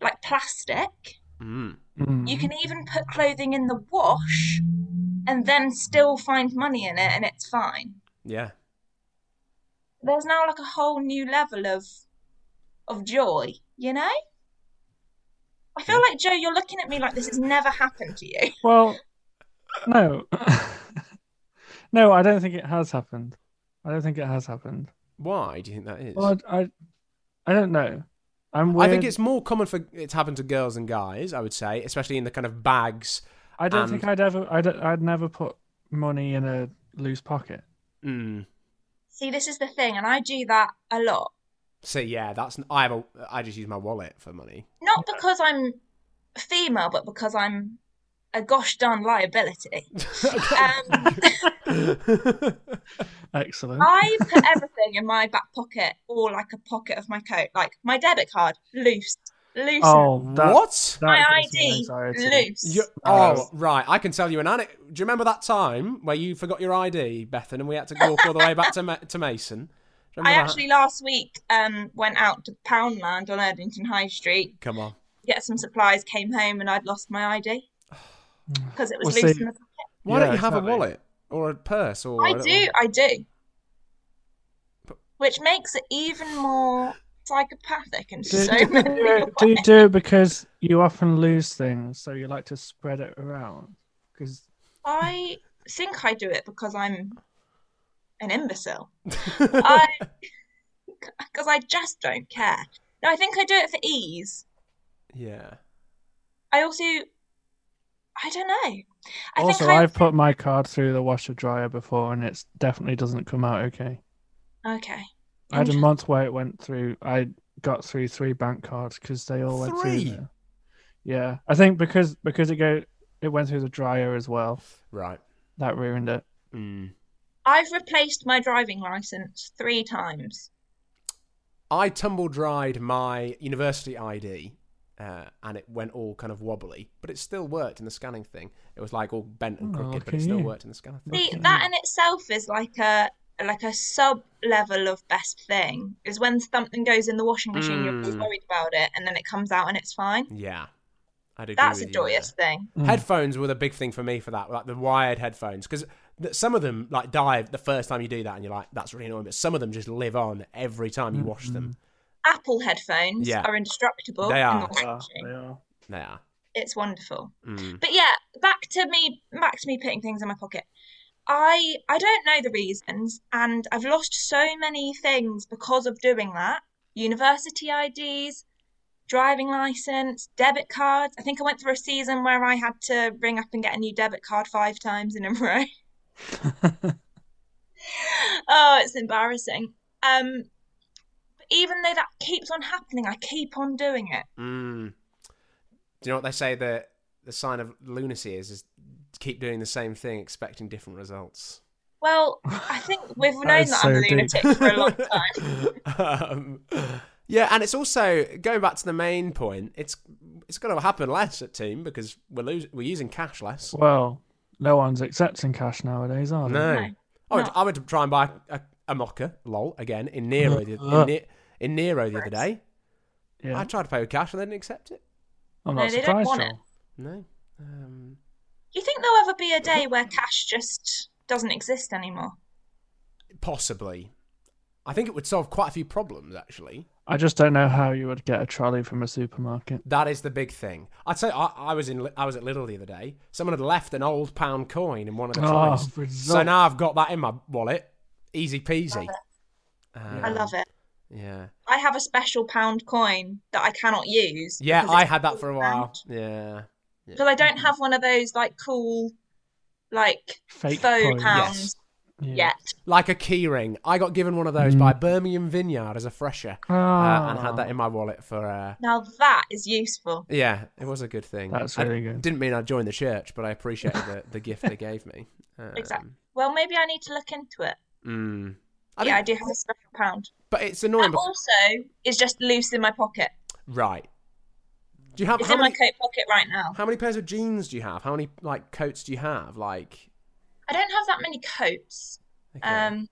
Speaker 4: like plastic,
Speaker 2: Mm.
Speaker 3: Mm.
Speaker 4: You can even put clothing in the wash and then still find money in it and it's fine.
Speaker 2: Yeah.
Speaker 4: There's now like a whole new level of of joy, you know? I feel like Joe, you're looking at me like this has never happened to you.
Speaker 3: Well, no, no, I don't think it has happened. I don't think it has happened.
Speaker 2: Why do you think that is?
Speaker 3: Well, I, I, I don't know. I'm
Speaker 2: I
Speaker 3: weird.
Speaker 2: think it's more common for it to happen to girls than guys. I would say, especially in the kind of bags.
Speaker 3: I don't
Speaker 2: and-
Speaker 3: think I'd ever. I'd, I'd never put money in a loose pocket.
Speaker 2: Mm.
Speaker 4: See, this is the thing, and I do that a lot.
Speaker 2: So yeah, that's I have a. I just use my wallet for money.
Speaker 4: Not because I'm female, but because I'm a gosh darn liability. um,
Speaker 3: Excellent.
Speaker 4: I put everything in my back pocket or like a pocket of my coat, like my debit card, loose, loose.
Speaker 3: oh, that,
Speaker 2: what?
Speaker 3: that
Speaker 4: my
Speaker 3: gives me
Speaker 4: ID,
Speaker 3: anxiety.
Speaker 4: loose.
Speaker 2: You- oh right, I can tell you an anecdote. Do you remember that time where you forgot your ID, Bethan, and we had to walk all the way back to Ma- to Mason? Do you
Speaker 4: I
Speaker 2: remember that?
Speaker 4: actually last week um, went out to Poundland on Erdington High Street,
Speaker 2: come on.
Speaker 4: get some supplies, came home, and I'd lost my ID because it was
Speaker 3: Well,
Speaker 4: loose
Speaker 3: see-
Speaker 4: in the pocket.
Speaker 2: Why
Speaker 3: Yeah,
Speaker 2: don't you have
Speaker 3: exactly.
Speaker 2: a wallet or a purse or?
Speaker 4: I
Speaker 2: don't
Speaker 4: do, I do. Which makes it even more psychopathic in
Speaker 3: Do,
Speaker 4: so
Speaker 3: do you
Speaker 4: many
Speaker 3: do it, do you
Speaker 4: ways.
Speaker 3: do it because you often lose things, so you like to spread it around? Because
Speaker 4: I think I do it because I'm an imbecile. I because I just don't care. No, I think I do it for ease.
Speaker 2: Yeah.
Speaker 4: I also I don't know. I
Speaker 3: also
Speaker 4: think I
Speaker 3: I've put my card through the washer dryer before, and it definitely doesn't come out okay.
Speaker 4: okay.
Speaker 3: I had a month where it went through. I got through three bank cards because they all went
Speaker 2: Three?
Speaker 3: through. there. Yeah, I think because because it go it went through the dryer as well.
Speaker 2: Right.
Speaker 3: That ruined it.
Speaker 2: Mm.
Speaker 4: I've replaced my driving license three times.
Speaker 2: I tumble dried my university ID, uh, and it went all kind of wobbly, but it still worked in the scanning thing. It was like all bent and
Speaker 3: Oh,
Speaker 2: crooked, but it
Speaker 3: okay.
Speaker 2: still worked in the scanning thing.
Speaker 4: See, that in itself is like a like a sub level of best thing is when something goes in the washing machine, you're
Speaker 2: Mm.
Speaker 4: worried about it, and then it comes out and it's fine.
Speaker 2: Yeah, I'd agree
Speaker 4: That's
Speaker 2: with
Speaker 4: a
Speaker 2: you
Speaker 4: joyous
Speaker 2: there.
Speaker 4: thing.
Speaker 3: Mm.
Speaker 2: Headphones were the big thing for me for that, like the wired headphones, because th- some of them like die the first time you do that, and you're like, that's really annoying. But some of them just live on every time you wash them.
Speaker 4: Apple headphones
Speaker 2: Yeah.
Speaker 4: are indestructible.
Speaker 2: They
Speaker 4: in
Speaker 2: are.
Speaker 4: the
Speaker 3: Ah,
Speaker 4: packaging.
Speaker 3: they are.
Speaker 2: They are.
Speaker 4: It's wonderful.
Speaker 2: Mm.
Speaker 4: But yeah, back to me back to me putting things in my pocket. I I don't know the reasons and I've lost so many things because of doing that. University IDs, driving license, debit cards. I think I went through a season where I had to ring up and get a new debit card five times in a row. Oh, it's embarrassing. Um but even though that keeps on happening, I keep on doing it.
Speaker 2: Mm. Do you know what they say the the sign of lunacy is? Is to keep doing the same thing, expecting different results.
Speaker 4: Well, I think we've known
Speaker 3: That is
Speaker 4: that, I'm
Speaker 3: so
Speaker 4: a
Speaker 3: deep.
Speaker 4: lunatic for a long time.
Speaker 2: um, yeah, and it's also going back to the main point. It's it's going to happen less at team because we're losing we're using cash less.
Speaker 3: Well, no one's accepting cash nowadays, are they?
Speaker 2: No,
Speaker 4: No,
Speaker 2: I would
Speaker 4: not.
Speaker 2: I would try and buy a, a mocker. Lol again in Nero the, in, Ne- in Nero the other day.
Speaker 3: Uh-huh. Yeah,
Speaker 2: I tried to pay with cash and they didn't accept it.
Speaker 3: I'm
Speaker 4: No,
Speaker 3: not
Speaker 4: they don't
Speaker 3: surprised.
Speaker 4: want it.
Speaker 3: Joel.
Speaker 2: No. Um,
Speaker 4: You think there'll ever be a day where cash just doesn't exist anymore?
Speaker 2: possibly. I think it would solve quite a few problems actually.
Speaker 3: I just don't know how you would get a trolley from a supermarket.
Speaker 2: That is the big thing. I'd say I, I was in Li- I was at Lidl the other day. Someone had left an old pound coin in one of the
Speaker 3: Oh,
Speaker 2: trolleys. so
Speaker 3: result.
Speaker 2: now I've got that in my wallet. Easy peasy. Um,
Speaker 4: I love it.
Speaker 2: Yeah,
Speaker 4: I have a special pound coin that I cannot use.
Speaker 2: yeah.
Speaker 4: because
Speaker 2: I
Speaker 4: it's
Speaker 2: had that
Speaker 4: all
Speaker 2: for a
Speaker 4: pound.
Speaker 2: while. Yeah,
Speaker 4: Because I don't have one of those like cool, like
Speaker 3: Fake
Speaker 4: faux
Speaker 3: coins.
Speaker 4: pounds
Speaker 2: Yes.
Speaker 3: Yeah.
Speaker 4: yet.
Speaker 2: like a key ring. I got given one of those
Speaker 3: Mm.
Speaker 2: by Birmingham Vineyard as a fresher, uh, and
Speaker 3: Ah.
Speaker 2: had that in my wallet for. Uh,
Speaker 4: Now that is useful.
Speaker 2: yeah, it was a good thing.
Speaker 3: That's
Speaker 2: I
Speaker 3: really good.
Speaker 2: Didn't mean I joined the church, but I appreciated the, the gift they gave me. Um,
Speaker 4: Exactly. Well, maybe I need to look into it.
Speaker 2: mm. I think-
Speaker 4: yeah, I do have a special pound.
Speaker 2: but it's
Speaker 4: That
Speaker 2: annoying. bec-
Speaker 4: also is just loose in my pocket.
Speaker 2: right. Do you have
Speaker 4: It's
Speaker 2: how
Speaker 4: in my
Speaker 2: many,
Speaker 4: coat pocket right now.
Speaker 2: how many pairs of jeans do you have? How many like coats do you have? Like,
Speaker 4: I don't have that many coats.
Speaker 2: okay.
Speaker 4: Um,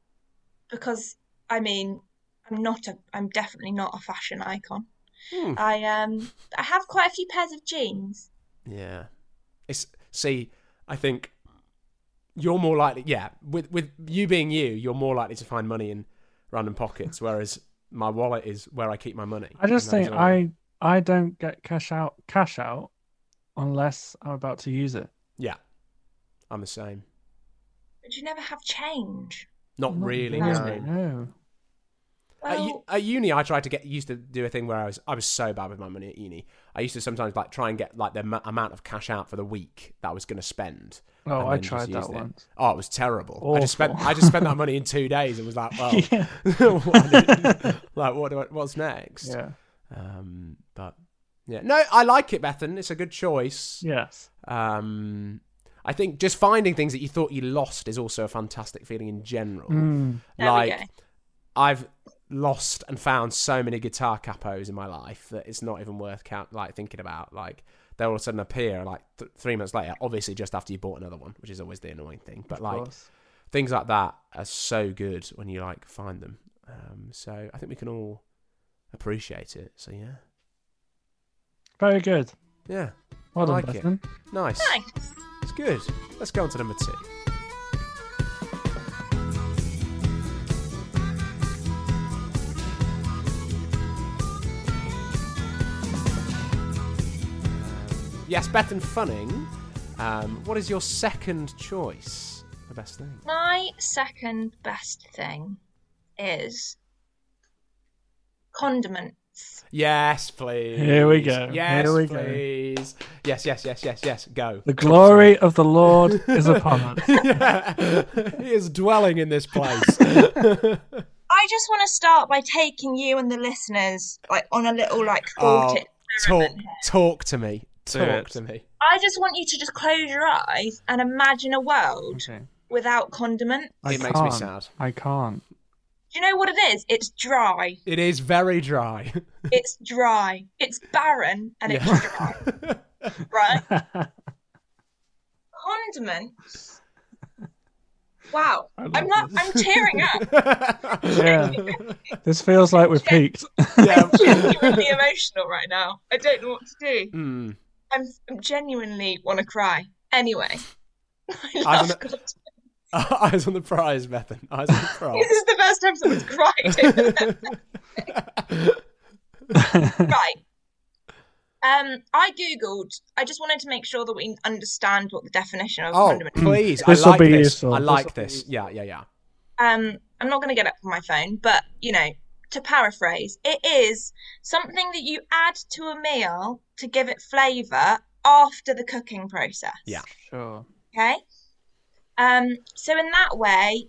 Speaker 4: because I mean, I'm not a, I'm definitely not a fashion icon.
Speaker 2: Hmm.
Speaker 4: I um, I have quite a few pairs of jeans.
Speaker 2: Yeah. It's see, I think you're more likely yeah, with with you being you, you're more likely to find money in random pockets, whereas my wallet is where I keep my money.
Speaker 3: I just
Speaker 2: And that is
Speaker 3: think
Speaker 2: all.
Speaker 3: I I don't get cash out cash out unless I'm about to use it.
Speaker 2: Yeah. I'm the same.
Speaker 4: But you never have change.
Speaker 2: Not really, no.
Speaker 4: really.
Speaker 3: no.
Speaker 2: At,
Speaker 4: Well,
Speaker 2: u- at uni, I tried to get used to do a thing where I was I was so bad with my money at uni. I used to sometimes like try and get like the m- amount of cash out for the week that I was going to spend.
Speaker 3: Oh,
Speaker 2: and
Speaker 3: I
Speaker 2: then just
Speaker 3: tried that
Speaker 2: used it.
Speaker 3: once.
Speaker 2: Oh, it was terrible. I just spent
Speaker 3: Awful.
Speaker 2: I just spent that money in two days and was like, well,
Speaker 3: Yeah.
Speaker 2: what is- like what do I, what's next?
Speaker 3: Yeah.
Speaker 2: Um, but yeah, no, I like it, Bethan. It's a good choice.
Speaker 3: Yes.
Speaker 2: Um, I think just finding things that you thought you lost is also a fantastic feeling in general.
Speaker 3: Mm.
Speaker 4: There we
Speaker 2: like
Speaker 4: go.
Speaker 2: I've lost and found so many guitar capos in my life that it's not even worth count like thinking about. Like they all of a sudden appear like th- three months later, obviously just after you bought another one, which is always the annoying thing. But
Speaker 3: of
Speaker 2: like
Speaker 3: course.
Speaker 2: things like that are so good when you like find them. Um, so I think we can all appreciate it. So yeah,
Speaker 3: Very good.
Speaker 2: yeah,
Speaker 3: Well done,
Speaker 2: like it.
Speaker 3: Bethan.
Speaker 2: nice.
Speaker 4: Thanks.
Speaker 2: It's good. Let's go on to number two. Yes, Bethan Funning. Um, what is your second choice? The best thing.
Speaker 4: My second best thing is condiments.
Speaker 2: Yes, please.
Speaker 3: Here we go.
Speaker 2: Yes,
Speaker 3: Here we go.
Speaker 2: please. Yes, yes, yes, yes, yes. Go.
Speaker 3: The glory of the Lord is upon us.
Speaker 2: yeah. He is dwelling in this place.
Speaker 4: I just want to start by taking you and the listeners like on a little like thought
Speaker 2: Oh, talk,
Speaker 4: experiment.
Speaker 2: talk to me. Talk
Speaker 3: it.
Speaker 2: to me.
Speaker 4: I just want you to just close your eyes and imagine a world
Speaker 3: Okay.
Speaker 4: without condiment.
Speaker 3: I
Speaker 2: It makes me
Speaker 3: can't.
Speaker 2: sad.
Speaker 3: I can't.
Speaker 4: Do you know what it is? It's dry.
Speaker 2: It is very dry.
Speaker 4: It's dry. It's barren and it's dry, right? Condiments. Wow.
Speaker 3: I love
Speaker 4: I'm not
Speaker 3: this.
Speaker 4: I'm tearing up.
Speaker 3: yeah. This feels like we've peaked.
Speaker 2: yeah.
Speaker 4: genuinely emotional right now. I don't know what to do.
Speaker 2: Mm.
Speaker 4: I'm, I'm genuinely want to cry. Anyway, I
Speaker 2: I'm
Speaker 4: love
Speaker 2: a-
Speaker 4: God.
Speaker 2: Eyes on the prize, Bethan. Eyes on
Speaker 4: This is the first time someone's cried.
Speaker 2: the prize.
Speaker 4: right. Um, I googled. I just wanted to make sure that we understand what the definition of
Speaker 2: oh,
Speaker 4: condiment.
Speaker 2: please. I
Speaker 3: This'll
Speaker 2: like
Speaker 3: be
Speaker 2: this.
Speaker 3: useful.
Speaker 2: I like
Speaker 3: This'll be
Speaker 2: this. Yeah, yeah, yeah.
Speaker 4: Um, I'm not going to get up from my phone, but you know, to paraphrase, it is something that you add to a meal to give it flavour after the cooking process.
Speaker 2: Yeah.
Speaker 3: sure.
Speaker 4: Okay. Um, so in that way,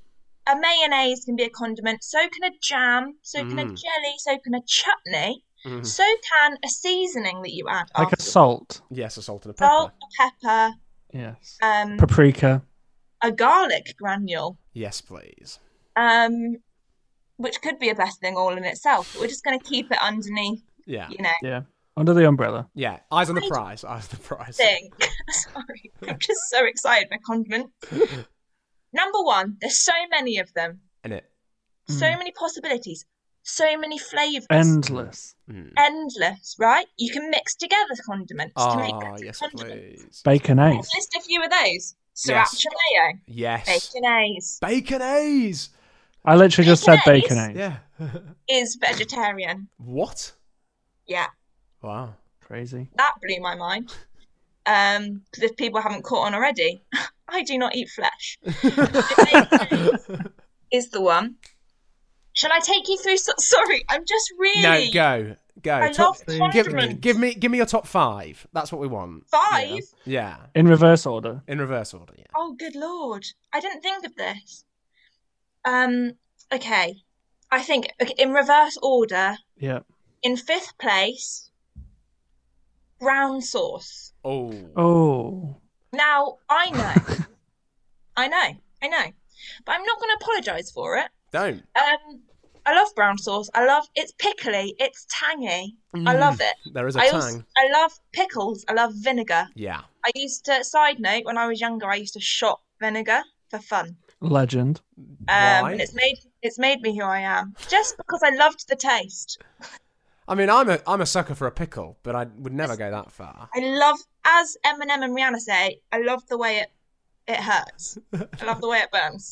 Speaker 4: a mayonnaise can be a condiment. So can a jam. So can a
Speaker 2: Mm.
Speaker 4: jelly. So can a chutney.
Speaker 2: Mm.
Speaker 4: So can a seasoning that you add.
Speaker 3: Like a
Speaker 4: afterwards.
Speaker 3: salt.
Speaker 2: Yes, a salt and a pepper.
Speaker 4: Salt, a pepper,
Speaker 3: Yes.
Speaker 4: um,
Speaker 3: Paprika.
Speaker 4: a garlic granule,
Speaker 2: Yes, please.
Speaker 4: um, which could be a best thing all in itself. But we're just going to keep it underneath,
Speaker 2: Yeah.
Speaker 4: you know,
Speaker 3: Yeah. Under the umbrella.
Speaker 2: Yeah. Eyes on the
Speaker 4: I-
Speaker 2: prize. Eyes on the prize.
Speaker 4: thing. Sorry, I'm just so excited by condiments. Number one, there's so many of them,
Speaker 2: In it.
Speaker 4: so
Speaker 3: Mm.
Speaker 4: many possibilities, so many flavors.
Speaker 3: Endless.
Speaker 2: Mm.
Speaker 4: endless, right? You can mix together condiments to make
Speaker 2: Oh,
Speaker 4: better
Speaker 2: yes,
Speaker 4: condiments.
Speaker 2: please.
Speaker 3: Bacon ace.
Speaker 4: List a few of those:
Speaker 2: Yes.
Speaker 4: sriracha mayo,
Speaker 2: Yes.
Speaker 4: baconaise
Speaker 2: Bacon A's.
Speaker 3: I literally just said bacon
Speaker 4: Bacon
Speaker 3: ace.
Speaker 2: Yeah.
Speaker 4: is vegetarian.
Speaker 2: what?
Speaker 4: Yeah,
Speaker 2: Wow.
Speaker 3: Crazy.
Speaker 4: that blew my mind. Um, 'cause if people haven't caught on already, I do not eat flesh. Is the one. Shall I take you through? So- sorry, I'm just
Speaker 2: No,
Speaker 4: really
Speaker 2: go, go.
Speaker 4: I
Speaker 2: Top-
Speaker 4: love
Speaker 2: give,
Speaker 4: condiments.
Speaker 2: give me, give me your top five. That's what we want.
Speaker 4: five.
Speaker 2: Yeah,
Speaker 3: In reverse order.
Speaker 2: in reverse order. Yeah.
Speaker 4: Oh, good lord! I didn't think of this. Um, okay, I think okay, in reverse order.
Speaker 3: Yeah.
Speaker 4: In fifth place, brown sauce.
Speaker 2: Oh.
Speaker 3: Oh.
Speaker 4: Now, I know. I know. I know. But I'm not going to apologise for it.
Speaker 2: don't.
Speaker 4: Um, I love brown sauce. I love it's pickly. It's tangy. I love it.
Speaker 2: There is Mm. a
Speaker 4: I
Speaker 2: tang.
Speaker 4: also I love pickles. I love vinegar.
Speaker 2: Yeah.
Speaker 4: I used to side note when I was younger. I used to shop vinegar for fun.
Speaker 3: Legend.
Speaker 4: Um,
Speaker 2: Why?
Speaker 4: and it's made it's made me who I am just because I loved the taste.
Speaker 2: I mean, I'm a I'm a sucker for a pickle, but I would never go that far.
Speaker 4: I love, as Eminem and Rihanna say, I love the way it it hurts. I love the way it burns.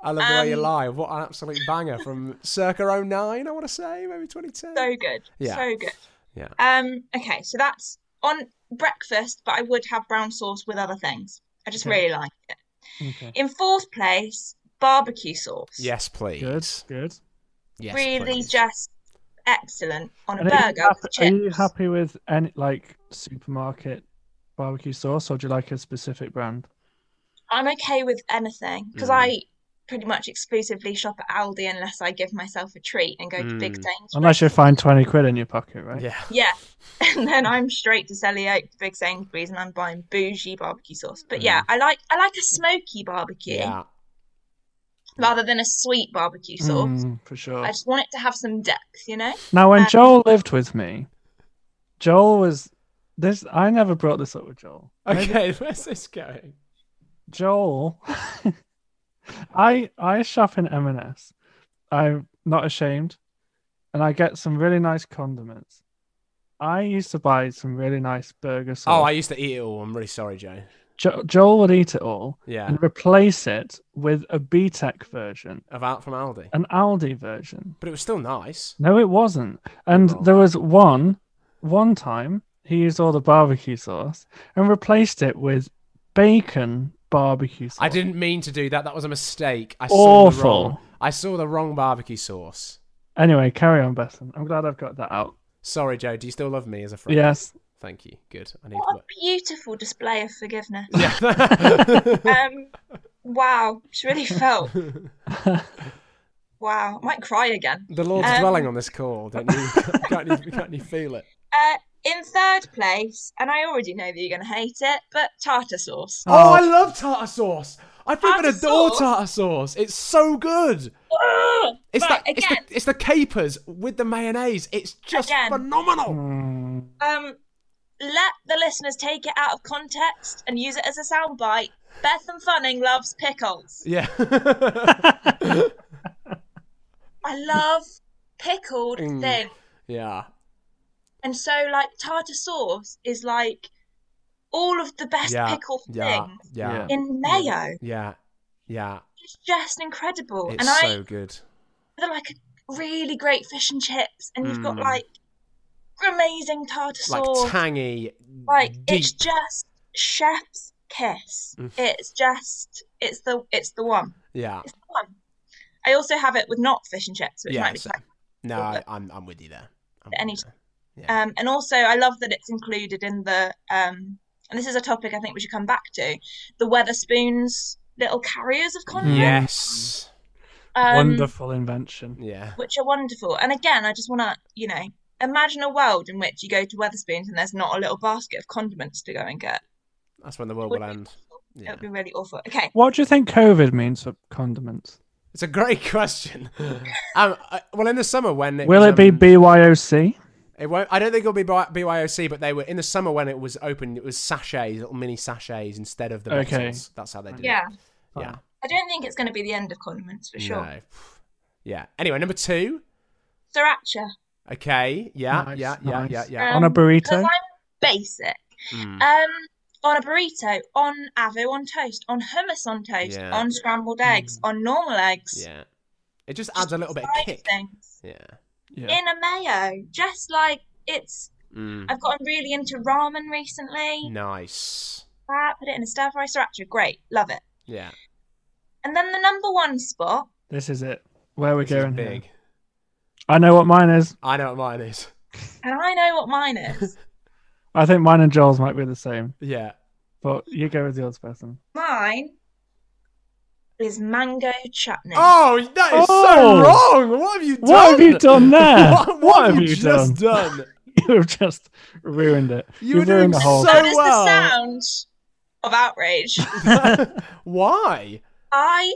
Speaker 2: I love the way you
Speaker 4: Um,
Speaker 2: lie. What an absolute banger from circa 09, I want to say, maybe 2010.
Speaker 4: So good.
Speaker 2: Yeah.
Speaker 4: So good.
Speaker 2: Yeah.
Speaker 4: Um. Okay. So that's on breakfast, but I would have brown sauce with other things. I just
Speaker 3: Okay.
Speaker 4: really like it.
Speaker 3: Okay.
Speaker 4: In fourth place, barbecue sauce.
Speaker 2: yes, please.
Speaker 3: Good. Good.
Speaker 2: Yes,
Speaker 4: really
Speaker 2: please.
Speaker 4: just excellent on a
Speaker 3: And are, you
Speaker 4: burger
Speaker 3: happy,
Speaker 4: with
Speaker 3: are
Speaker 4: chips.
Speaker 3: you happy with any like supermarket barbecue sauce, or do you like a specific brand?
Speaker 4: I'm okay with anything because
Speaker 2: Mm.
Speaker 4: I pretty much exclusively shop at Aldi unless I give myself a treat and go to Big
Speaker 2: Mm.
Speaker 4: Sainsbury's.
Speaker 3: Unless you find twenty quid in your pocket, right?
Speaker 2: Yeah.
Speaker 4: Yeah. And then I'm straight to Selly Oak, Big Sainsbury's, and I'm buying bougie barbecue sauce. But yeah, I like I like a smoky
Speaker 2: Mm.
Speaker 4: barbecue
Speaker 2: Yeah.
Speaker 4: rather than a sweet barbecue sauce.
Speaker 3: Mm, for sure.
Speaker 4: I just want it to have some depth, you know?
Speaker 3: Now, when
Speaker 4: Uh,
Speaker 3: Joel lived with me, Joel was this. I never brought this up with Joel.
Speaker 2: Okay, where's this going?
Speaker 3: Joel, I I shop in M&S. I'm not ashamed, and I get some really nice condiments. I used to buy some really nice burger
Speaker 2: Oh, I
Speaker 3: sauce.
Speaker 2: used to eat it all. I'm really sorry, Joe.
Speaker 3: Jo- Joel would eat it all
Speaker 2: Yeah.
Speaker 3: and replace it with a BTEC version,
Speaker 2: Of out from Aldi.
Speaker 3: an Aldi version.
Speaker 2: But it was still nice.
Speaker 3: No, it wasn't. And
Speaker 2: wrong.
Speaker 3: there was one, one time he used all the barbecue sauce and replaced it with bacon barbecue sauce.
Speaker 2: I didn't mean to do that. That was a mistake. I saw the
Speaker 3: Awful.
Speaker 2: wrong, I saw the wrong barbecue sauce.
Speaker 3: Anyway, carry on, Bethan. I'm glad I've got that out.
Speaker 2: Sorry, Joe. Do you still love me as a friend?
Speaker 3: Yes.
Speaker 2: Thank you. Good. I need
Speaker 4: What a
Speaker 2: work.
Speaker 4: beautiful display of forgiveness.
Speaker 2: Yeah.
Speaker 4: Um, wow, it's really felt. Wow, I might cry again.
Speaker 2: the Lord's
Speaker 4: Um,
Speaker 2: dwelling on this call. Don't you? Can't you, can't you feel it?
Speaker 4: Uh, in third place, and I already know that you're going to hate it, but tartar sauce.
Speaker 2: Oh, I love tartar sauce. I freaking
Speaker 4: Tartar
Speaker 2: adore
Speaker 4: sauce?
Speaker 2: tartar sauce. It's so good. Oh. It's
Speaker 4: Right,
Speaker 2: that. It's
Speaker 4: again,
Speaker 2: the, it's the capers with the mayonnaise. It's just
Speaker 4: Again.
Speaker 2: phenomenal.
Speaker 3: Mm,
Speaker 4: um, let the listeners take it out of context and use it as a soundbite. Beth and Funning loves pickles.
Speaker 2: Yeah.
Speaker 4: I love pickled
Speaker 2: Mm.
Speaker 4: things.
Speaker 2: yeah.
Speaker 4: And so, like, tartar sauce is like all of the best
Speaker 2: Yeah.
Speaker 4: pickled
Speaker 2: Yeah.
Speaker 4: things
Speaker 2: Yeah.
Speaker 3: Yeah.
Speaker 4: in mayo.
Speaker 2: Yeah. Yeah.
Speaker 4: It's just incredible.
Speaker 2: It's
Speaker 4: and I
Speaker 2: so good.
Speaker 4: they're like a really great fish and chips, and you've got
Speaker 2: Mm.
Speaker 4: like amazing tartar
Speaker 2: Like
Speaker 4: sauce.
Speaker 2: tangy.
Speaker 4: like
Speaker 2: deep.
Speaker 4: it's just chef's kiss.
Speaker 2: Mm.
Speaker 4: It's just it's the it's the one.
Speaker 2: Yeah.
Speaker 4: It's the one. I also have it with not fish and chips, which
Speaker 2: Yeah.
Speaker 4: might be
Speaker 2: so-
Speaker 4: quite
Speaker 2: no,
Speaker 4: cool,
Speaker 2: I,
Speaker 4: but-
Speaker 2: I'm I'm with you there. I'm
Speaker 4: But
Speaker 2: with
Speaker 4: any-
Speaker 2: you there.
Speaker 4: Um, and also, I love that it's included in the. Um, and this is a topic I think we should come back to the Weatherspoons little carriers of condiments,
Speaker 2: Yes.
Speaker 4: um,
Speaker 3: wonderful invention.
Speaker 2: Yeah.
Speaker 4: which are wonderful. And again, I just want to, you know, imagine a world in which you go to Weatherspoons and there's not a little basket of condiments to go and get.
Speaker 2: That's when the world
Speaker 4: Would
Speaker 2: will
Speaker 4: be-
Speaker 2: end.
Speaker 4: It
Speaker 2: Yeah.
Speaker 4: would be really awful. Okay,
Speaker 3: What do you think COVID means for condiments?
Speaker 2: It's a great question. um, I, well, in the summer when it
Speaker 3: Will
Speaker 2: was,
Speaker 3: it be
Speaker 2: um,
Speaker 3: BYOC?
Speaker 2: It won't. I don't think it'll be by- BYOC, but they were in the summer when it was open. It was sachets, little mini sachets instead of the
Speaker 3: Okay.
Speaker 2: bottles. That's how they did
Speaker 4: yeah.
Speaker 2: it. Yeah.
Speaker 4: I don't think it's going to be the end of condiments for sure.
Speaker 2: No. Yeah. Anyway, number two.
Speaker 4: Sriracha.
Speaker 2: Okay. Yeah.
Speaker 3: Nice,
Speaker 2: yeah. Yeah.
Speaker 3: nice.
Speaker 2: Yeah. Yeah.
Speaker 3: On a
Speaker 4: Um,
Speaker 3: burrito?
Speaker 4: Because I'm basic.
Speaker 2: Mm.
Speaker 4: Um, on a burrito, on avo, on toast, on hummus, on toast,
Speaker 2: Yeah. Mm.
Speaker 4: on scrambled eggs, on normal eggs.
Speaker 2: Yeah. It just adds a little bit of
Speaker 4: Side
Speaker 2: kick.
Speaker 4: Things.
Speaker 2: Yeah.
Speaker 3: Yeah.
Speaker 4: In a mayo, just like it's.
Speaker 2: Mm.
Speaker 4: I've gotten really into ramen recently.
Speaker 2: Nice.
Speaker 4: That, put it in a stir fry sriracha. Great, love it.
Speaker 2: Yeah.
Speaker 4: And then the number one spot,
Speaker 3: This is it. Where we're
Speaker 2: This is
Speaker 3: going. here.
Speaker 2: big.
Speaker 3: I know what mine is.
Speaker 2: I know what mine is.
Speaker 4: and I know what mine is.
Speaker 3: I think mine and Joel's might be the same,
Speaker 2: Yeah.
Speaker 3: but you go with yours, Bethan.
Speaker 4: mine is mango chutney.
Speaker 2: Oh, that is
Speaker 3: Oh!
Speaker 2: so wrong. What have you done?
Speaker 3: What have you done there?
Speaker 2: What, what have, you, just done?
Speaker 3: You've just ruined it.
Speaker 2: You
Speaker 3: You've
Speaker 2: were doing
Speaker 3: ruined the whole.
Speaker 2: so-
Speaker 4: that is
Speaker 2: well.
Speaker 4: the sound of outrage.
Speaker 2: Why?
Speaker 4: I,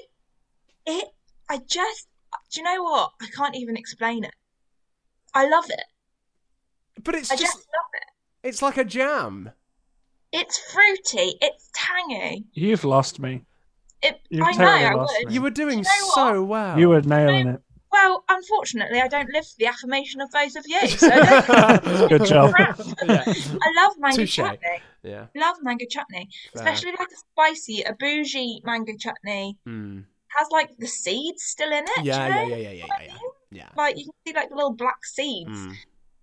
Speaker 4: it, I just, do you know what? I can't even explain it. I love it.
Speaker 2: But it's
Speaker 4: I
Speaker 2: just,
Speaker 4: just love it.
Speaker 2: it's like a jam.
Speaker 4: It's fruity. It's tangy.
Speaker 3: You've lost me.
Speaker 4: It,
Speaker 3: You've
Speaker 4: I know.
Speaker 3: totally
Speaker 4: I
Speaker 3: lost
Speaker 4: would.
Speaker 3: me.
Speaker 2: You were doing
Speaker 4: know
Speaker 2: so well.
Speaker 3: You were nailing it.
Speaker 4: Well, Well, unfortunately, I don't live for the affirmation of both of you. So don't-
Speaker 3: Good job.
Speaker 4: Crap.
Speaker 2: yeah,
Speaker 4: I love mango
Speaker 2: Touche.
Speaker 4: chutney.
Speaker 2: yeah.
Speaker 4: Love mango chutney,
Speaker 2: Fair.
Speaker 4: especially like a spicy, a bougie mango chutney.
Speaker 2: Mm.
Speaker 4: Has like the seeds still in it.
Speaker 2: yeah,
Speaker 4: you
Speaker 2: yeah, yeah,
Speaker 4: know?
Speaker 2: yeah, yeah, yeah, yeah, yeah.
Speaker 4: Like you can see like the little black seeds,
Speaker 2: Mm.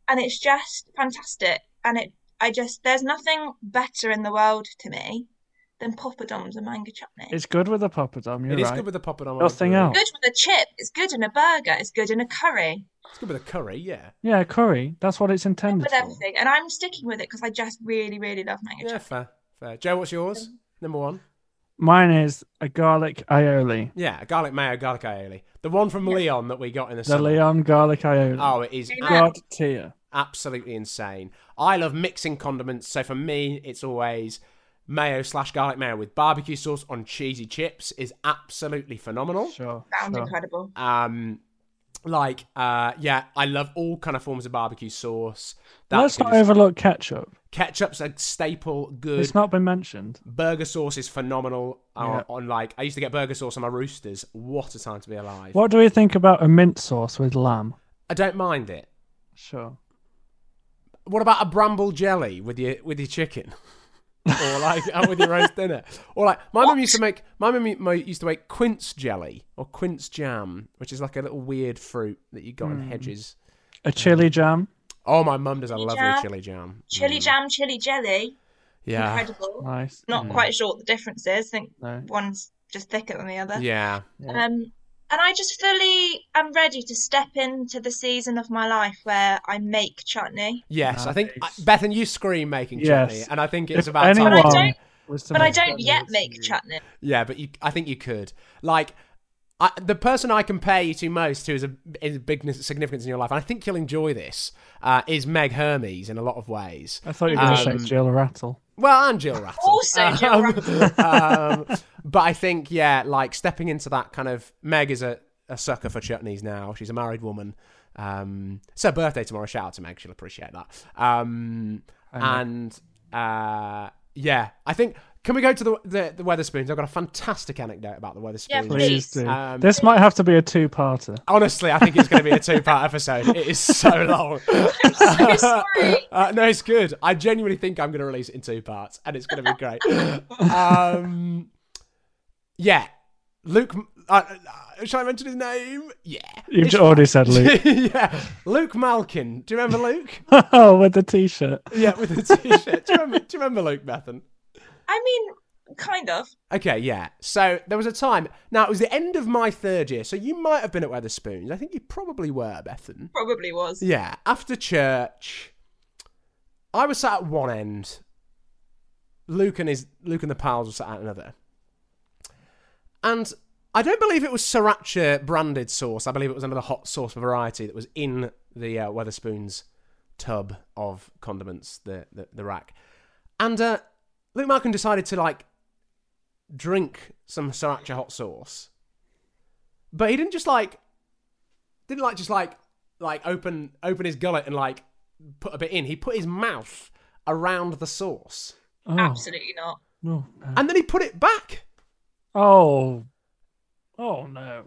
Speaker 4: and it's just fantastic. And it, I just, there's nothing better in the world to me than poppadoms and mango chutney.
Speaker 3: It's good with a poppadom. You're
Speaker 2: It is
Speaker 3: right.
Speaker 2: good with the poppadom.
Speaker 3: Nothing
Speaker 2: on a
Speaker 3: else.
Speaker 4: good with a chip. It's good in a burger. It's good in a curry.
Speaker 2: It's good with a curry. Yeah,
Speaker 3: yeah, curry. That's what it's intended
Speaker 4: With
Speaker 3: for.
Speaker 4: everything, and I'm sticking with it because I just really, really love mango
Speaker 2: yeah,
Speaker 4: chutney.
Speaker 2: fair, fair. Joe, what's yours? Number one.
Speaker 3: Mine is a garlic aioli.
Speaker 2: Yeah, garlic mayo, garlic aioli. The one from Leon that we got in the,
Speaker 3: The
Speaker 2: summer.
Speaker 3: Leon garlic aioli.
Speaker 2: Oh, it is
Speaker 4: Came out.
Speaker 3: God tier.
Speaker 2: absolutely insane. I love mixing condiments, so for me, it's always mayo slash garlic mayo with barbecue sauce on cheesy chips is absolutely phenomenal.
Speaker 3: Sure.
Speaker 4: Sounds
Speaker 3: sure.
Speaker 4: incredible.
Speaker 2: Um, like, uh, yeah, I love all kind of forms of barbecue sauce.
Speaker 3: Let's
Speaker 2: good
Speaker 3: not
Speaker 2: as-
Speaker 3: overlook ketchup.
Speaker 2: Ketchup's a staple. Good.
Speaker 3: It's not been mentioned.
Speaker 2: burger sauce is phenomenal. Uh,
Speaker 3: Yeah.
Speaker 2: On like, I used to get burger sauce on my roosters. What a time to be alive!
Speaker 3: What do we think about a mint sauce with lamb?
Speaker 2: I don't mind it.
Speaker 3: Sure.
Speaker 2: What about a bramble jelly with your with your chicken, or like uh, with your roast dinner, or like my mum used to make my mum mu- used to make quince jelly or quince jam, which is like a little weird fruit that you got in
Speaker 4: Hmm.
Speaker 2: hedges.
Speaker 3: A chili jam.
Speaker 2: Oh, my mum does a lovely
Speaker 4: jam.
Speaker 2: chili jam.
Speaker 4: Chili
Speaker 2: Mm.
Speaker 4: jam, chili jelly.
Speaker 2: Yeah, Uh, hmm.
Speaker 4: Incredible.
Speaker 3: Nice.
Speaker 4: Not
Speaker 2: Mm.
Speaker 4: quite sure what the difference is. I think
Speaker 3: No.
Speaker 4: one's just thicker than the other.
Speaker 2: yeah.
Speaker 3: Yeah.
Speaker 4: Um, and I just fully am ready to step into the season of my life where I make chutney.
Speaker 2: Yes, I think
Speaker 3: Nice.
Speaker 2: Bethan, you scream making chutney,
Speaker 3: Yes.
Speaker 2: and I think it's
Speaker 3: If
Speaker 2: about
Speaker 3: anyone
Speaker 2: time.
Speaker 4: But I don't-
Speaker 3: was to
Speaker 4: But I
Speaker 3: make
Speaker 4: don't
Speaker 3: chutney,
Speaker 4: yet
Speaker 3: it's
Speaker 4: make
Speaker 3: you.
Speaker 4: chutney.
Speaker 2: Yeah, but you, I think you could. Like, I, the person I compare you to most, who is a is a big significance in your life, and I think you'll enjoy this, uh, is Meg Hermes in a lot of ways.
Speaker 3: I thought you were going to
Speaker 2: Um,
Speaker 3: say Jill Rattle.
Speaker 2: Well, and Jill Rattle.
Speaker 4: Also Jill
Speaker 2: Rattle. um, but I think, yeah, like stepping into that kind of Meg is a, a sucker for chutneys now. She's a married woman. Um, it's her birthday tomorrow. Shout out to Meg. She'll appreciate that. Um,
Speaker 3: Hi,
Speaker 2: and uh, yeah, I think. Can we go to the the, the Weatherspoons? I've got a fantastic anecdote about the Weatherspoons.
Speaker 4: Yeah,
Speaker 3: Please
Speaker 4: Please.
Speaker 3: do.
Speaker 2: Um,
Speaker 3: this might have to be a two-parter.
Speaker 2: Honestly, I think it's going to be a two-part episode. It is so long.
Speaker 4: I'm so sorry.
Speaker 2: Uh, no, it's good. I genuinely think I'm going to release it in two parts, and it's going to be great. Um, yeah, Luke. Uh, uh, shall I mention his name? Yeah,
Speaker 3: You've
Speaker 2: It's-
Speaker 3: j- already said Luke.
Speaker 2: yeah, Luke Malkin. Do you remember Luke?
Speaker 3: oh, with the t-shirt.
Speaker 2: yeah, with the t-shirt. Do you remember, do you remember Luke Bethan?
Speaker 4: I mean, kind of.
Speaker 2: Okay, yeah. So there was a time. Now it was the end of my third year, so you might have been at Weatherspoons. I think you probably were, Bethan.
Speaker 4: Probably was.
Speaker 2: Yeah, after church, I was sat at one end. Luke and his Luke and the pals were sat at another. And I don't believe it was sriracha branded sauce. I believe it was another hot sauce variety that was in the uh, Weatherspoons tub of condiments, the the, the rack. And uh, Luke Malcolm decided to like drink some sriracha hot sauce, but he didn't just like didn't like just like like open open his gullet and like put a bit in. He put his mouth around the sauce
Speaker 3: Oh,
Speaker 4: Absolutely not.
Speaker 3: No, no.
Speaker 2: and then he put it back.
Speaker 3: Oh. Oh no.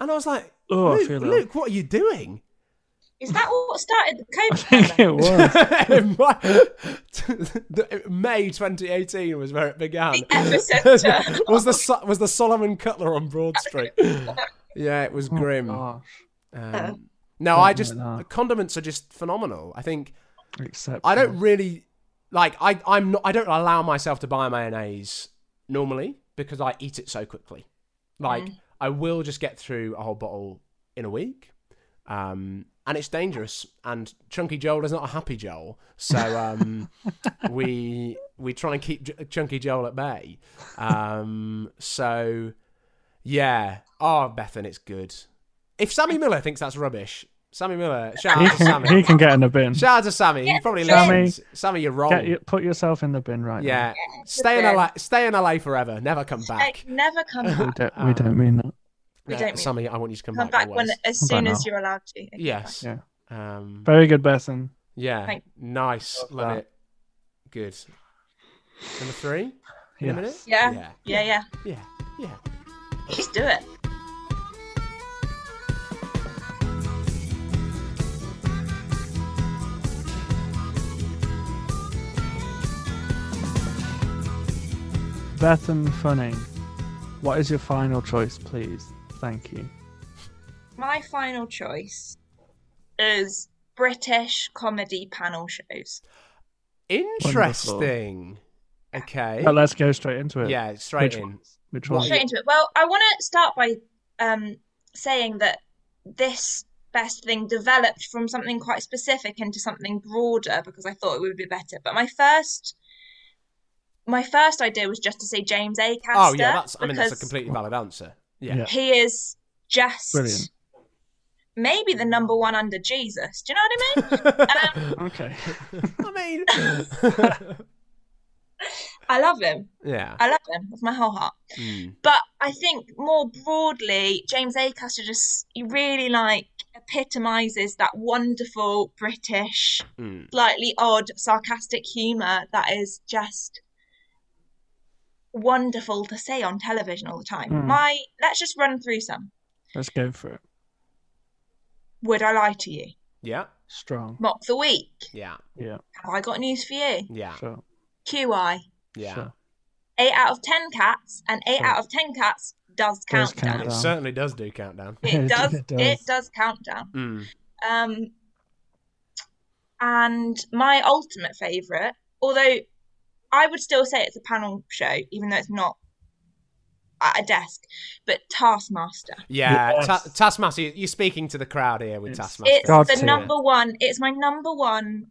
Speaker 2: And I was like,
Speaker 3: Oh, I
Speaker 2: Luke,
Speaker 3: feel that.
Speaker 2: Luke, what are you doing?
Speaker 4: Is that what started
Speaker 3: I
Speaker 4: the COVID?
Speaker 3: think it was.
Speaker 2: In my- the- May 2018 was where it began.
Speaker 4: The epicenter.
Speaker 2: was the Sol- was the Solomon Cutler on Broad Street? yeah, it was
Speaker 3: Oh,
Speaker 2: grim.
Speaker 3: gosh.
Speaker 2: Um, no, I
Speaker 3: Something
Speaker 2: just
Speaker 3: like that.
Speaker 2: condiments are just phenomenal. I think
Speaker 3: Except
Speaker 2: I don't really like I I'm not I don't allow myself to buy mayonnaise normally because I eat it so quickly. Like
Speaker 3: Mm.
Speaker 2: I will just get through a whole bottle in a week. Um and it's dangerous and chunky Joel is not a happy Joel. So um we we try and keep J- chunky Joel at bay. Um so yeah. Oh, Bethan, it's good. If Sammy Miller thinks that's rubbish, Sammy Miller, shout
Speaker 3: he
Speaker 2: out to
Speaker 3: can,
Speaker 2: Sammy.
Speaker 3: he can get in the bin.
Speaker 2: Shout out to Sammy. He
Speaker 4: Yeah,
Speaker 2: probably
Speaker 4: Sammy.
Speaker 2: listens. Sammy, you're wrong.
Speaker 3: Get your, put yourself in the bin right
Speaker 2: yeah.
Speaker 4: it's
Speaker 2: Stay in
Speaker 4: there.
Speaker 2: LA. Stay in LA forever. Never come back.
Speaker 4: Like, never come
Speaker 3: now. We
Speaker 4: back.
Speaker 3: don't,
Speaker 2: Uh,
Speaker 3: we don't mean that.
Speaker 4: We
Speaker 2: Yeah,
Speaker 4: don't mean-
Speaker 2: Sammy, I want you to come,
Speaker 4: Come
Speaker 2: back.
Speaker 4: back
Speaker 2: always.
Speaker 4: when, as
Speaker 3: Come back
Speaker 4: soon as
Speaker 3: now.
Speaker 4: you're allowed to. Okay.
Speaker 2: Yes.
Speaker 3: Yeah.
Speaker 2: Um,
Speaker 3: Very good, Bethan.
Speaker 2: yeah.
Speaker 4: Thank-
Speaker 2: Nice.
Speaker 3: Love
Speaker 2: Love
Speaker 3: that.
Speaker 2: it. Good. Number three. In a minute.
Speaker 3: Yes.
Speaker 4: Yeah.
Speaker 2: Yeah.
Speaker 4: Yeah, yeah.
Speaker 2: Yeah. Yeah.
Speaker 4: Just do it.
Speaker 3: Bethan Funning, what is your final choice, please? Thank you.
Speaker 4: My final choice is British comedy panel shows.
Speaker 2: Interesting. Okay.
Speaker 3: But let's go straight into it.
Speaker 2: Yeah, straight
Speaker 3: Which
Speaker 2: in.
Speaker 3: ones? Which
Speaker 2: Well,
Speaker 3: one?
Speaker 4: Straight into it. Well, I want to start by um, saying that this best thing developed from something quite specific into something broader because I thought it would be better. But my first, my first idea was just to say James A. Caster.
Speaker 2: Oh yeah, that's. I mean, that's a
Speaker 4: because
Speaker 2: completely valid answer. Yeah.
Speaker 3: Yeah.
Speaker 4: He is just
Speaker 3: Brilliant.
Speaker 4: maybe the number one under Jesus. Do you know what I mean? Um,
Speaker 3: Okay.
Speaker 2: I mean.
Speaker 4: I love him.
Speaker 2: yeah.
Speaker 4: I love him with my whole heart.
Speaker 2: Mm.
Speaker 4: But I think more broadly, James Acaster just he really like epitomizes that wonderful British,
Speaker 2: Mm.
Speaker 4: slightly odd, sarcastic humor that is just wonderful to say on television all the time.
Speaker 3: Mm.
Speaker 4: My let's just run through some.
Speaker 3: Let's go for it.
Speaker 4: Would I lie to you?
Speaker 2: Yeah.
Speaker 3: Strong.
Speaker 4: Mock the week.
Speaker 2: Yeah.
Speaker 3: Yeah.
Speaker 4: Have I got news for you?
Speaker 2: Yeah.
Speaker 3: Sure.
Speaker 4: QI.
Speaker 2: Yeah.
Speaker 3: Sure.
Speaker 4: Eight out of ten cats, and eight
Speaker 3: Sure.
Speaker 4: out of ten cats does
Speaker 3: Does
Speaker 4: countdown.
Speaker 2: It
Speaker 3: Countdown.
Speaker 2: certainly does do countdown.
Speaker 4: It
Speaker 3: It
Speaker 4: does.
Speaker 3: does.
Speaker 4: It does countdown.
Speaker 2: Mm.
Speaker 4: Um, and my ultimate favourite, although I would still say it's a panel show, even though it's not at a desk, but Taskmaster.
Speaker 2: Yeah.
Speaker 3: Yes.
Speaker 2: Ta- Taskmaster, you- you're speaking to the crowd here with
Speaker 3: It's-
Speaker 2: Taskmaster.
Speaker 4: It's
Speaker 3: God
Speaker 4: the
Speaker 3: tier.
Speaker 4: number one. It's my number one.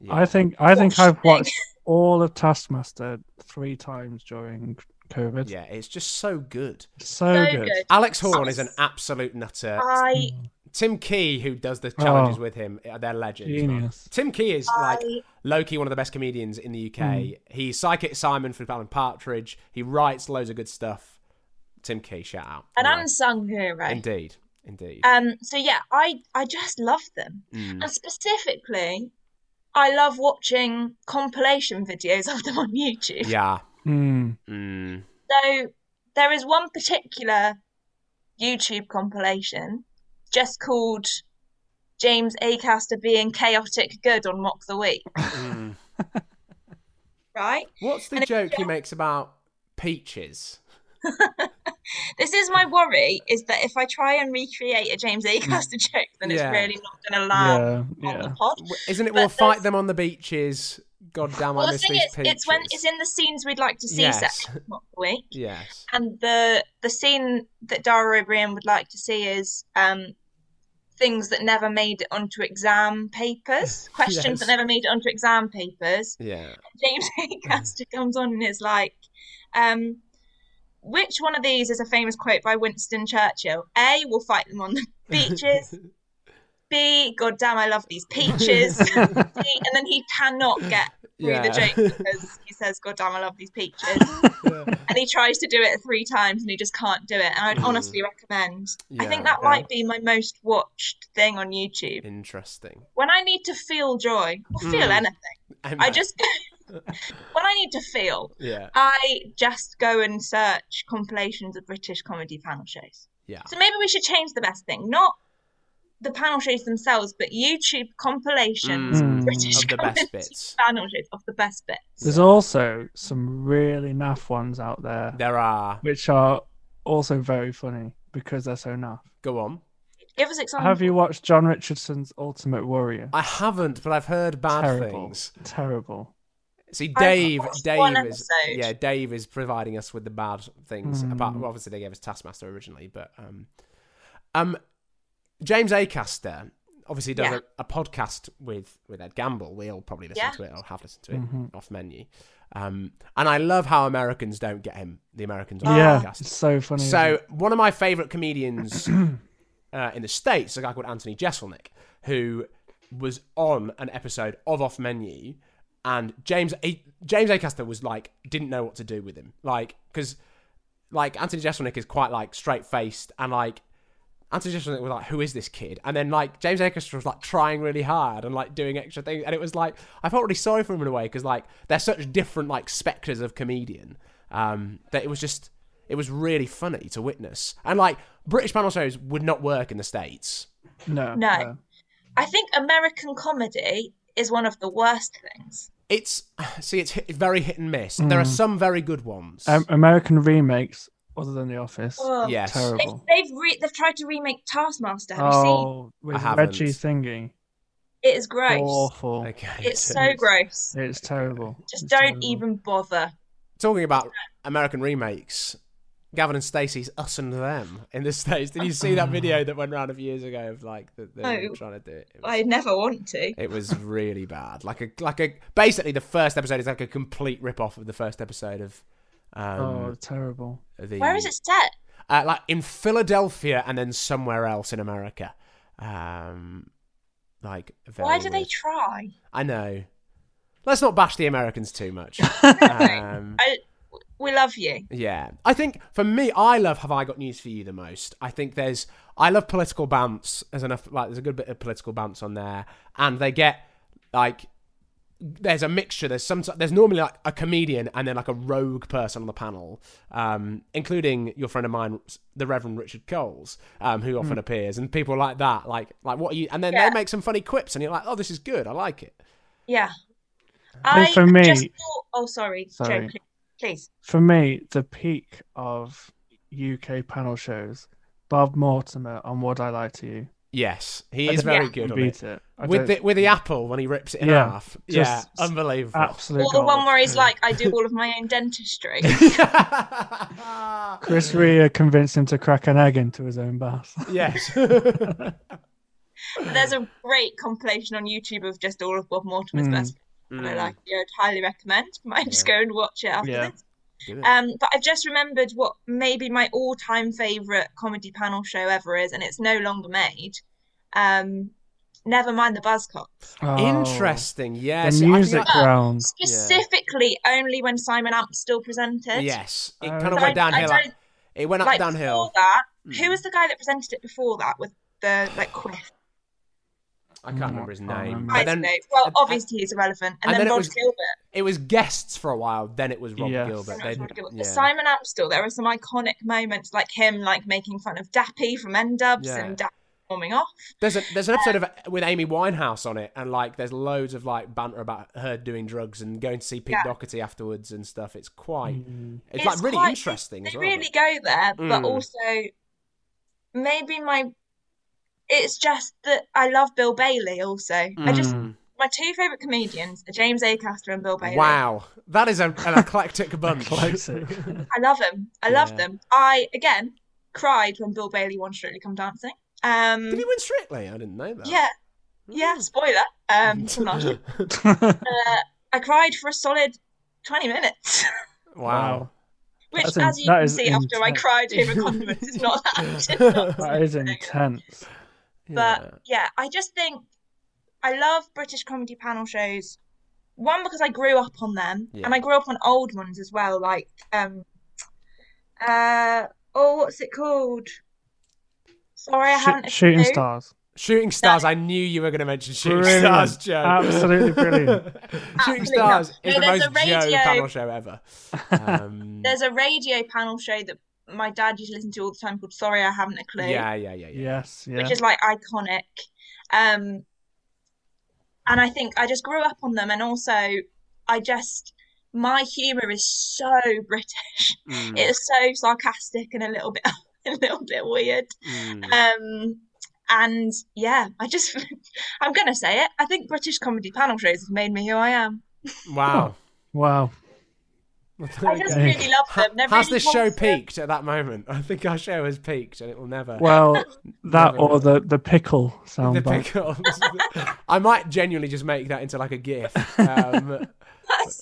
Speaker 2: Yeah.
Speaker 3: I think I think
Speaker 4: Watch
Speaker 3: I've
Speaker 4: thing.
Speaker 3: watched all of Taskmaster three times during COVID.
Speaker 2: Yeah, it's just so good.
Speaker 3: So,
Speaker 4: So
Speaker 3: good.
Speaker 4: good.
Speaker 2: Alex Horn is an absolute nutter.
Speaker 4: I
Speaker 2: Tim Key, who does the challenges
Speaker 3: Oh.
Speaker 2: with him, uh, they're legends. man.
Speaker 3: Genius.
Speaker 2: Tim Key is
Speaker 4: I
Speaker 2: like Loki, one of the best comedians in the UK.
Speaker 3: Hmm.
Speaker 2: He's Psychic Simon for Alan Partridge. He writes loads of good stuff. Tim Key, shout out.
Speaker 4: an
Speaker 2: Anyway,
Speaker 4: unsung hero.
Speaker 2: Indeed. Indeed.
Speaker 4: Um. So yeah, I I just love them,
Speaker 2: Mm.
Speaker 4: and specifically, I love watching compilation videos of them on YouTube.
Speaker 2: Yeah.
Speaker 3: Mm.
Speaker 2: Mm.
Speaker 4: So there is one particular YouTube compilation just called James Acaster being chaotic good on Mock the Week,
Speaker 2: Mm.
Speaker 4: right?
Speaker 2: What's the
Speaker 4: And if-
Speaker 2: joke he makes about peaches?
Speaker 4: This is my worry is that if I try and recreate a James Acaster joke, then
Speaker 2: Mm. Yeah.
Speaker 4: it's really not going to land
Speaker 3: Yeah.
Speaker 4: on the
Speaker 3: Yeah.
Speaker 4: pod.
Speaker 2: W- Isn't it?
Speaker 4: But
Speaker 2: We'll
Speaker 4: there's-
Speaker 2: fight them on the beaches. God damn,
Speaker 4: Well,
Speaker 2: I
Speaker 4: the
Speaker 2: miss
Speaker 4: thing
Speaker 2: these
Speaker 4: is,
Speaker 2: peaches.
Speaker 4: it's when it's in the scenes we'd like to see
Speaker 2: Yes.
Speaker 4: section of Mock the Week.
Speaker 2: Yes.
Speaker 4: And the the scene that Dara O'Brien would like to see is um, things that never made it onto exam papers, questions
Speaker 2: Yes.
Speaker 4: that never made it onto exam papers.
Speaker 2: Yeah.
Speaker 4: James Acaster comes on and is like, um, which one of these is a famous quote by Winston Churchill? A, we'll fight them on the beaches. B, God damn, I love these peaches. C, and then he cannot get through the
Speaker 2: Yeah.
Speaker 4: joke because he says, God damn, I love these peaches. and he tries to do it three times and he just can't do it. And I'd
Speaker 2: Mhm.
Speaker 4: honestly recommend. I
Speaker 2: Yeah,
Speaker 4: think that
Speaker 3: yeah.
Speaker 4: might be my most watched thing on YouTube.
Speaker 2: Interesting.
Speaker 4: When I need to feel joy or feel
Speaker 2: Mm.
Speaker 4: anything,
Speaker 2: And
Speaker 4: I
Speaker 2: that-
Speaker 4: just when I need to feel,
Speaker 2: yeah
Speaker 4: I just go and search compilations of British comedy panel shows.
Speaker 2: yeah
Speaker 4: So maybe we should change the best thing, not the panel shows themselves, but YouTube compilations
Speaker 3: Mm.
Speaker 4: of British
Speaker 2: of the
Speaker 4: comedy
Speaker 2: best bits.
Speaker 4: panel shows of the best bits.
Speaker 3: There's also some really naff ones out there,
Speaker 2: There are.
Speaker 3: which are also very funny because they're so naff.
Speaker 2: Go on.
Speaker 4: Give us examples.
Speaker 3: Have you watched John Richardson's Ultimate Warrior?
Speaker 2: I haven't, but I've heard bad
Speaker 3: Terrible.
Speaker 2: things.
Speaker 3: Terrible.
Speaker 2: See,
Speaker 4: I've
Speaker 2: Dave,
Speaker 4: watched
Speaker 2: Dave
Speaker 4: one
Speaker 2: is
Speaker 4: episode.
Speaker 2: yeah, Dave is providing us with the bad things.
Speaker 3: Mm.
Speaker 2: Apart, well, obviously they gave us Taskmaster originally, but um, um, James Acaster obviously does
Speaker 4: Yeah.
Speaker 2: a, a podcast with with Ed Gamble. We all probably listen
Speaker 4: Yeah.
Speaker 2: to it or have listened to it
Speaker 3: Mhm.
Speaker 2: off menu. Um, and I love how Americans don't get him. The Americans
Speaker 4: Ah.
Speaker 2: on the
Speaker 3: yeah,
Speaker 2: podcast.
Speaker 3: it's so funny.
Speaker 2: So one of my favorite comedians uh, in the states, a guy called Anthony Jeselnik, who was on an episode of Off Menu, and James a- James Acaster was like didn't know what to do with him, like because like Anthony Jeselnik is quite like straight faced and like. Anthony Jeselnik was like, "Who is this kid?" And then like James Acaster was like trying really hard and like doing extra things, and it was like I felt really sorry for him in a way because like they're such different like specters of comedian um, that it was just it was really funny to witness. And like British panel shows would not work in the states.
Speaker 3: no,
Speaker 4: No. I think American comedy is one of the worst things.
Speaker 2: It's see, it's hit, very hit and miss. There are some very good ones.
Speaker 3: Um, American remakes other than The Office.
Speaker 4: Oh.
Speaker 2: yes,
Speaker 4: They've,
Speaker 3: Terrible.
Speaker 4: they've, re- they've tried to remake Taskmaster. Have you seen?
Speaker 3: Oh,
Speaker 2: I
Speaker 3: with
Speaker 2: haven't.
Speaker 3: Reggie thingy.
Speaker 4: It is gross.
Speaker 3: Awful.
Speaker 2: Okay,
Speaker 4: It's
Speaker 2: so-
Speaker 4: so gross.
Speaker 3: It's terrible.
Speaker 4: Just
Speaker 3: oh, It's
Speaker 4: don't
Speaker 3: terrible.
Speaker 4: even bother.
Speaker 2: Talking about American remakes, Gavin and Stacey's Us and Them in the States. Did you see that video that went around a few years ago of like the, the
Speaker 4: No.
Speaker 2: trying to do it? It was,
Speaker 4: I never want to.
Speaker 2: it was really bad. Like a like a basically the first episode is like a complete rip off of the first episode of um
Speaker 3: Oh, terrible.
Speaker 2: the
Speaker 4: Where is it set?
Speaker 2: uh, like in Philadelphia and then somewhere else in America. Um like very
Speaker 4: Why do they
Speaker 2: weird.
Speaker 4: try?
Speaker 2: I know. Let's not bash the Americans too much. um,
Speaker 4: I, we love you.
Speaker 2: Yeah. I think for me, I love Have I Got News for You the most. I think there's I love political bounce. There's enough like there's a good bit of political bounce on there. And they get like there's a mixture. There's some there's normally like a comedian and then like a rogue person on the panel, um, including your friend of mine, the Reverend Richard Coles, um, who
Speaker 3: Hmm.
Speaker 2: often appears, and people like that, like like what are you and then
Speaker 4: Yeah.
Speaker 2: they make some funny quips and you're like, Oh, this is good, I like it.
Speaker 4: Yeah.
Speaker 3: I
Speaker 4: I
Speaker 3: think for me-
Speaker 4: just thought, oh, sorry,
Speaker 3: Sorry.
Speaker 4: Joe, please. please.
Speaker 3: For me, the peak of UK panel shows, Bob Mortimer on Would I Lie to You.
Speaker 2: Yes. He
Speaker 3: I
Speaker 2: is
Speaker 3: don't
Speaker 2: very
Speaker 3: think you
Speaker 2: good on
Speaker 3: can
Speaker 2: it.
Speaker 3: beat it. I
Speaker 2: With
Speaker 3: don't-
Speaker 2: the with the apple when he rips it in
Speaker 3: Yeah,
Speaker 2: half. Yeah.
Speaker 3: just
Speaker 2: Unbelievable.
Speaker 3: absolute
Speaker 4: Or the one
Speaker 3: gold.
Speaker 4: where he's like, I do all of my own dentistry.
Speaker 3: Chris Rea convinced him to crack an egg into his own bath.
Speaker 2: yes.
Speaker 4: There's a great compilation on YouTube of just all of Bob Mortimer's
Speaker 3: Mm.
Speaker 4: best. And I like, yeah, I'd highly recommend. Might just go and watch it after
Speaker 3: Hmm. Yeah.
Speaker 4: this. Um, but I've just remembered what maybe my all-time favorite comedy panel show ever is, and it's no longer made. Um, never mind the Buzzcocks.
Speaker 3: Oh,
Speaker 2: Interesting.
Speaker 3: The
Speaker 2: Yes. I think
Speaker 3: music
Speaker 2: that-
Speaker 3: round.
Speaker 4: Specifically, only when Simon Amp still presented.
Speaker 2: yes. It
Speaker 3: Oh,
Speaker 2: kind of
Speaker 3: okay.
Speaker 2: went
Speaker 4: I- I
Speaker 2: downhill.
Speaker 4: don't-
Speaker 2: it went up
Speaker 4: like
Speaker 2: downhill. Hmm.
Speaker 4: before that, who was the guy that presented it before that with the like quiff?
Speaker 2: I can't remember his
Speaker 3: I
Speaker 2: name.
Speaker 3: can't remember.
Speaker 2: But
Speaker 4: I
Speaker 2: then
Speaker 4: don't know. Well,
Speaker 2: and-
Speaker 4: obviously he's irrelevant. And,
Speaker 2: and
Speaker 4: then,
Speaker 2: then it
Speaker 4: Rod
Speaker 2: was-
Speaker 4: Gilbert.
Speaker 2: it was guests for a while. Then it was Rob
Speaker 3: Yes.
Speaker 2: Gilbert.
Speaker 4: Simon
Speaker 2: They-
Speaker 4: Rod Gilbert.
Speaker 2: yeah.
Speaker 4: But Simon Amstel, there are some iconic moments like him like making fun of Dappy from N Dubs
Speaker 2: Yeah.
Speaker 4: and Dappy forming off.
Speaker 2: There's a, there's an episode
Speaker 4: Uh,
Speaker 2: of with Amy Winehouse on it, and like there's loads of like banter about her doing drugs and going to see Pete
Speaker 4: Yeah.
Speaker 2: Doherty afterwards and stuff. It's quite
Speaker 3: Mm.
Speaker 2: it's, like really
Speaker 4: quite-
Speaker 2: interesting.
Speaker 4: They
Speaker 2: as well,
Speaker 4: really
Speaker 2: but-
Speaker 4: go there, but
Speaker 2: Mm.
Speaker 4: also maybe my it's just that I love Bill Bailey also. I just
Speaker 2: Mm.
Speaker 4: my two favourite comedians are James Acaster and Bill Bailey.
Speaker 2: wow, that is a, an eclectic bunch.
Speaker 3: Classic.
Speaker 4: I love him. I love
Speaker 2: Yeah.
Speaker 4: them. I again cried when Bill Bailey won Strictly Come Dancing. Um,
Speaker 2: Did he win Strictly? I didn't know that.
Speaker 4: yeah, yeah.
Speaker 3: Mm.
Speaker 4: Spoiler. Um, from last week. I cried for a solid twenty minutes,
Speaker 2: wow.
Speaker 4: which,
Speaker 3: That's in-
Speaker 4: as you
Speaker 3: that
Speaker 4: can
Speaker 3: is
Speaker 4: see, after I
Speaker 3: intense.
Speaker 4: cried over condiments, it's not that.
Speaker 3: that is intense.
Speaker 2: Yeah.
Speaker 4: But yeah, I just think I love British comedy panel shows. One because I grew up on them,
Speaker 2: Yeah.
Speaker 4: and I grew up on old ones as well, like um, uh, oh, what's it called? Sorry, I
Speaker 3: Sh-
Speaker 4: haven't. a
Speaker 3: shooting
Speaker 4: clue.
Speaker 3: stars.
Speaker 2: Shooting Stars. I knew you were going to mention Shooting
Speaker 3: Brilliant.
Speaker 2: Stars, Joe.
Speaker 3: Absolutely brilliant.
Speaker 2: Shooting
Speaker 4: Absolutely.
Speaker 2: Stars
Speaker 4: No,
Speaker 2: is the
Speaker 4: there's
Speaker 2: most
Speaker 4: a
Speaker 2: Joe
Speaker 4: radio-
Speaker 2: panel show ever. Um,
Speaker 4: There's a radio panel show that my dad used to listen to all the time called Sorry, I haven't a clue,
Speaker 2: yeah, yeah, yeah, yeah.
Speaker 3: Yes, yeah.
Speaker 4: which is like iconic. Um, and I think I just grew up on them, and also I just my humor is so British.
Speaker 2: Mm,
Speaker 4: It is so sarcastic and a little bit a little bit weird.
Speaker 2: mm.
Speaker 4: Um and yeah, I just I'm gonna say it. I think British comedy panel shows have made me who I am.
Speaker 2: Wow.
Speaker 3: Wow.
Speaker 4: I just
Speaker 3: Okay.
Speaker 4: really love them. They're
Speaker 2: Has
Speaker 4: really
Speaker 2: this show
Speaker 4: confident.
Speaker 2: peaked at that moment? I think our show has peaked and it will never.
Speaker 3: Well, that
Speaker 2: Never
Speaker 3: or
Speaker 2: mind.
Speaker 3: the, the pickle
Speaker 2: the
Speaker 3: soundbite.
Speaker 2: pickles. I might genuinely just make that into like a gif. Um,
Speaker 4: That's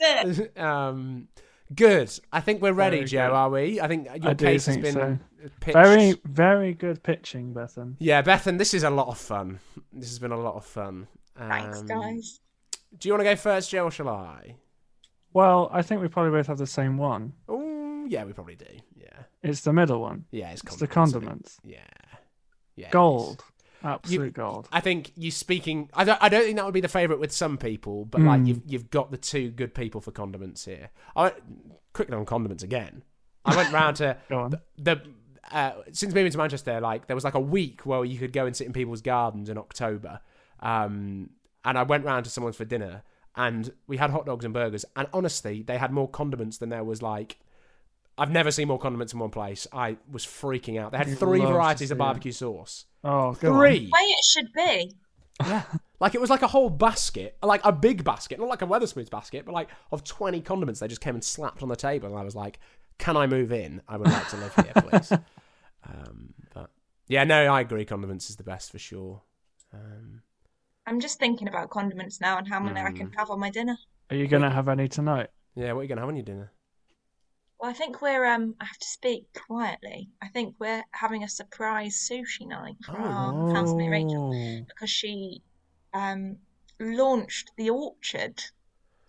Speaker 4: it.
Speaker 2: um, good. I think we're ready,
Speaker 3: Very
Speaker 2: Joe.
Speaker 3: good.
Speaker 2: Are we? I think your
Speaker 3: I do
Speaker 2: case
Speaker 3: think
Speaker 2: has been pitched.
Speaker 3: Very, very good pitching, Bethan.
Speaker 2: Yeah, Bethan, this is a lot of fun. This has been a lot of fun. Um,
Speaker 4: Thanks, guys.
Speaker 2: Do you want to go first, Joe, or shall I?
Speaker 3: Well, I think we probably both have the same one.
Speaker 2: Oh, yeah, we probably do. Yeah,
Speaker 3: It's the middle one.
Speaker 2: yeah, it's,
Speaker 3: It's the
Speaker 2: isn't it?
Speaker 3: condiments.
Speaker 2: Yeah, yeah, it
Speaker 3: Gold.
Speaker 2: is.
Speaker 3: Absolute gold.
Speaker 2: I think you speaking. I don't. I don't think that would be the favourite with some people, but like
Speaker 3: Mm.
Speaker 2: you've you've got the two good people for condiments here. I quickly on condiments again. I went round to
Speaker 3: Go on.
Speaker 2: the uh, since moving to Manchester, like there was like a week where you could go and sit in people's gardens in October, um, and I went round to someone's for dinner, and we had hot dogs and burgers. And honestly, they had more condiments than there was like. I've never seen more condiments in one place. I was freaking out. They had
Speaker 3: You'd
Speaker 2: three
Speaker 3: love to
Speaker 2: varieties of
Speaker 3: see it.
Speaker 2: barbecue sauce.
Speaker 3: Oh, go on.
Speaker 2: Three.
Speaker 4: way it should be.
Speaker 2: Like it was like a whole basket, like a big basket, not like a Weatherspoons basket, but like of twenty condiments. They just came and slapped on the table, and I was like, "Can I move in? I would like to live here, please." um, but yeah, no, I agree. Condiments is the best for sure. Um,
Speaker 4: I'm just thinking about condiments now and how many I
Speaker 2: Mm.
Speaker 4: can have on my dinner.
Speaker 3: Are you gonna have any tonight?
Speaker 2: yeah, what are you gonna have on your dinner?
Speaker 4: Well, I think we're um. I have to speak quietly. I think we're having a surprise sushi night for our housemate Rachel
Speaker 3: Oh.
Speaker 4: because she um launched the orchard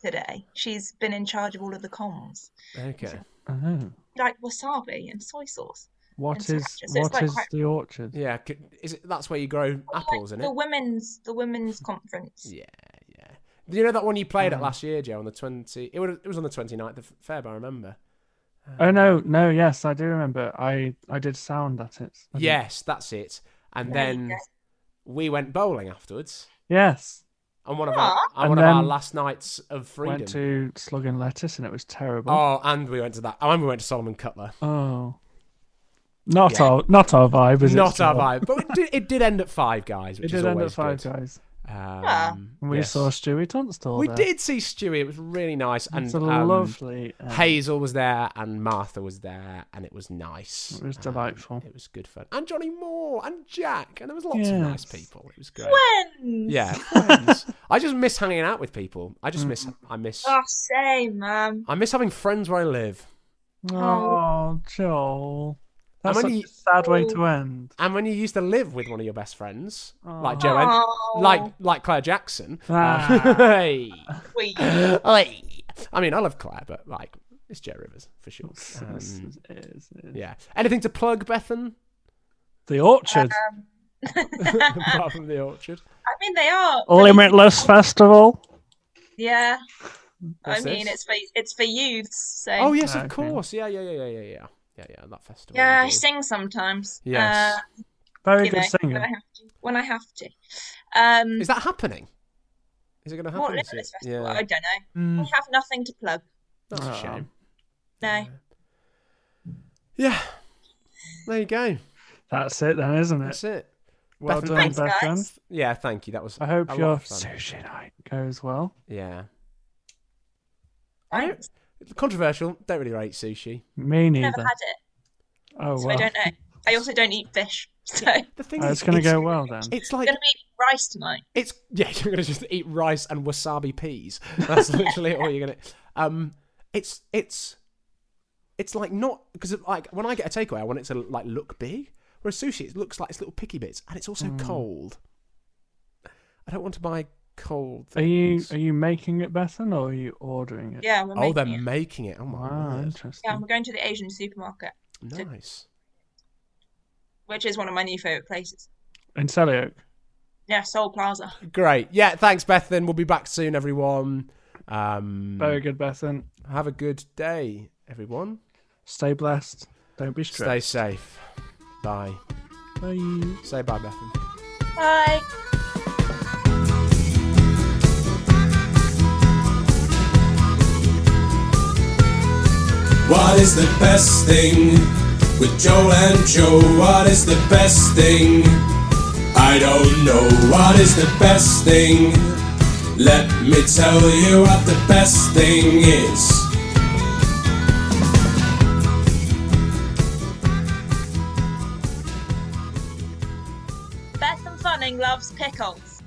Speaker 4: today. She's been in charge of all of the comms,
Speaker 2: Okay,
Speaker 3: Oh.
Speaker 4: like wasabi and soy sauce.
Speaker 3: What
Speaker 4: It's
Speaker 3: is
Speaker 4: gorgeous. It's
Speaker 3: what
Speaker 4: like
Speaker 3: is
Speaker 4: quite-
Speaker 3: the orchard?
Speaker 2: yeah, c- is it that's where you grow apples, isn't
Speaker 4: The
Speaker 2: it?
Speaker 4: women's the women's conference.
Speaker 2: Yeah, yeah. Do you know that one you played at last year, Joe, on the twenty? It was, it was on the 29th of Feb, I remember.
Speaker 3: Oh no, no, yes, I do remember. I I did sound at it. I did-
Speaker 2: Yes, that's it. And
Speaker 4: There you
Speaker 2: then
Speaker 4: go.
Speaker 2: we went bowling afterwards.
Speaker 3: Yes.
Speaker 2: on one of
Speaker 4: Aw.
Speaker 2: our on
Speaker 3: And
Speaker 2: one of our
Speaker 3: then
Speaker 2: last nights of freedom.
Speaker 3: Went to Slug and Lettuce and it was terrible. Oh.
Speaker 2: oh, and we went to that. Oh, and we went to Solomon Cutler.
Speaker 3: Not
Speaker 2: Yeah.
Speaker 3: our not our vibe, is it?
Speaker 2: Not our
Speaker 3: still?
Speaker 2: vibe, but it did, it did end at five guys,
Speaker 3: It
Speaker 2: which is
Speaker 3: did end at
Speaker 2: always
Speaker 3: five
Speaker 2: good.
Speaker 3: guys.
Speaker 4: Yeah.
Speaker 2: Um,
Speaker 3: And we
Speaker 2: yes.
Speaker 3: saw Stewie Tunstall.
Speaker 2: we
Speaker 3: there.
Speaker 2: did see Stewie. It was really nice, and
Speaker 3: It's a
Speaker 2: um,
Speaker 3: lovely. um,
Speaker 2: Hazel was there, and Martha was there, and it was nice.
Speaker 3: It was
Speaker 2: Um,
Speaker 3: delightful.
Speaker 2: it was good fun, and Johnny Moore and Jack, and there was lots of nice
Speaker 3: Yes.
Speaker 2: people. It was great.
Speaker 4: Friends.
Speaker 2: Yeah, friends. I just miss hanging out with people. I just
Speaker 3: Mm.
Speaker 2: miss. I miss.
Speaker 4: Oh, same, um.
Speaker 2: I miss having friends where I live.
Speaker 3: Oh, Joel.
Speaker 2: I'm
Speaker 3: That's such
Speaker 2: only-
Speaker 3: a sad way to end.
Speaker 2: And when you used to live with one of your best friends, like
Speaker 3: Aw.
Speaker 2: Joanne,
Speaker 4: Aw.
Speaker 2: like like Claire Jackson. um,
Speaker 3: Ah.
Speaker 2: hey,
Speaker 4: Wait.
Speaker 2: hey. I mean, I love Claire, but like it's Joe Rivers for sure.
Speaker 3: It's-
Speaker 2: Um,
Speaker 3: it's- it's- it's-
Speaker 2: yeah. Anything to plug, Bethan?
Speaker 3: The orchard,
Speaker 4: Um,
Speaker 2: Apart from the orchard.
Speaker 4: I mean, they are.
Speaker 3: Limitless Festival.
Speaker 4: Yeah.
Speaker 2: What's
Speaker 4: I mean,
Speaker 2: this?
Speaker 4: it's for it's for youths. So.
Speaker 2: Oh yes, of
Speaker 3: Okay.
Speaker 2: course. Yeah, yeah, yeah, yeah, yeah, yeah, yeah, yeah. That festival.
Speaker 4: Yeah, I
Speaker 2: indeed.
Speaker 4: sing sometimes.
Speaker 2: Yes.
Speaker 3: um,
Speaker 4: Uh,
Speaker 3: Very
Speaker 4: you
Speaker 3: good
Speaker 4: know, when I
Speaker 3: singer.
Speaker 4: have to. When I have to. Um,
Speaker 2: Is that happening? Is it going to
Speaker 4: what
Speaker 2: happen?
Speaker 4: is
Speaker 2: this year?
Speaker 4: this festival?
Speaker 2: Yeah,
Speaker 4: I don't know.
Speaker 3: Mm,
Speaker 4: I have nothing to plug.
Speaker 2: that's a
Speaker 3: Oh.
Speaker 2: shame.
Speaker 4: No.
Speaker 2: Yeah. There you go.
Speaker 3: That's it then, isn't it?
Speaker 2: That's it.
Speaker 3: Uh, Well
Speaker 2: Bethan,
Speaker 3: done,
Speaker 4: thanks, guys.
Speaker 3: Bethan.
Speaker 2: Yeah, thank you. That was.
Speaker 3: I hope
Speaker 2: a lot
Speaker 3: your
Speaker 2: of fun.
Speaker 3: sushi night goes well.
Speaker 2: Yeah. I don't-
Speaker 4: Thanks.
Speaker 2: Controversial. Don't really rate sushi.
Speaker 3: Me
Speaker 4: I've never
Speaker 3: neither.
Speaker 4: had it,
Speaker 3: Oh
Speaker 4: so
Speaker 3: well.
Speaker 4: I don't know. I also don't eat fish, so I'm
Speaker 2: The thing
Speaker 3: Oh,
Speaker 2: is,
Speaker 3: it's gonna go well then.
Speaker 2: It's like
Speaker 4: gonna be eating rice tonight.
Speaker 2: it's yeah. You're gonna just eat rice and wasabi peas. That's literally all you're gonna. Um, it's it's it's like not because like when I get a takeaway, I want it to like look big. Whereas sushi, it looks like it's little picky bits, and it's also
Speaker 3: Hmm.
Speaker 2: cold. I don't want to buy cold.
Speaker 3: Are you
Speaker 2: things.
Speaker 3: are you making it, Bethan, or are you ordering it?
Speaker 4: Yeah, we're
Speaker 2: oh, they're
Speaker 4: making it.
Speaker 2: making it. Oh my
Speaker 3: Wow,
Speaker 2: word.
Speaker 3: interesting.
Speaker 4: Yeah, we're going to the Asian supermarket,
Speaker 2: Nice.
Speaker 4: which is one of my new favorite places.
Speaker 3: In Selyoak.
Speaker 2: Mm.
Speaker 4: Yeah, Seoul Plaza.
Speaker 2: Great. Yeah. Thanks, Bethan. We'll be back soon, everyone. Um,
Speaker 3: Very good, Bethan.
Speaker 2: Have a good day, everyone.
Speaker 3: Stay blessed. Don't be
Speaker 2: Stay
Speaker 3: stressed.
Speaker 2: safe. Bye.
Speaker 3: Bye.
Speaker 2: Say bye, Bethan.
Speaker 4: Bye.
Speaker 1: What is the best thing with Joel and Joe? What is the best thing? I don't know. What is the best thing? Let me tell you what the best thing is.
Speaker 4: Beth and Funning loves pickles.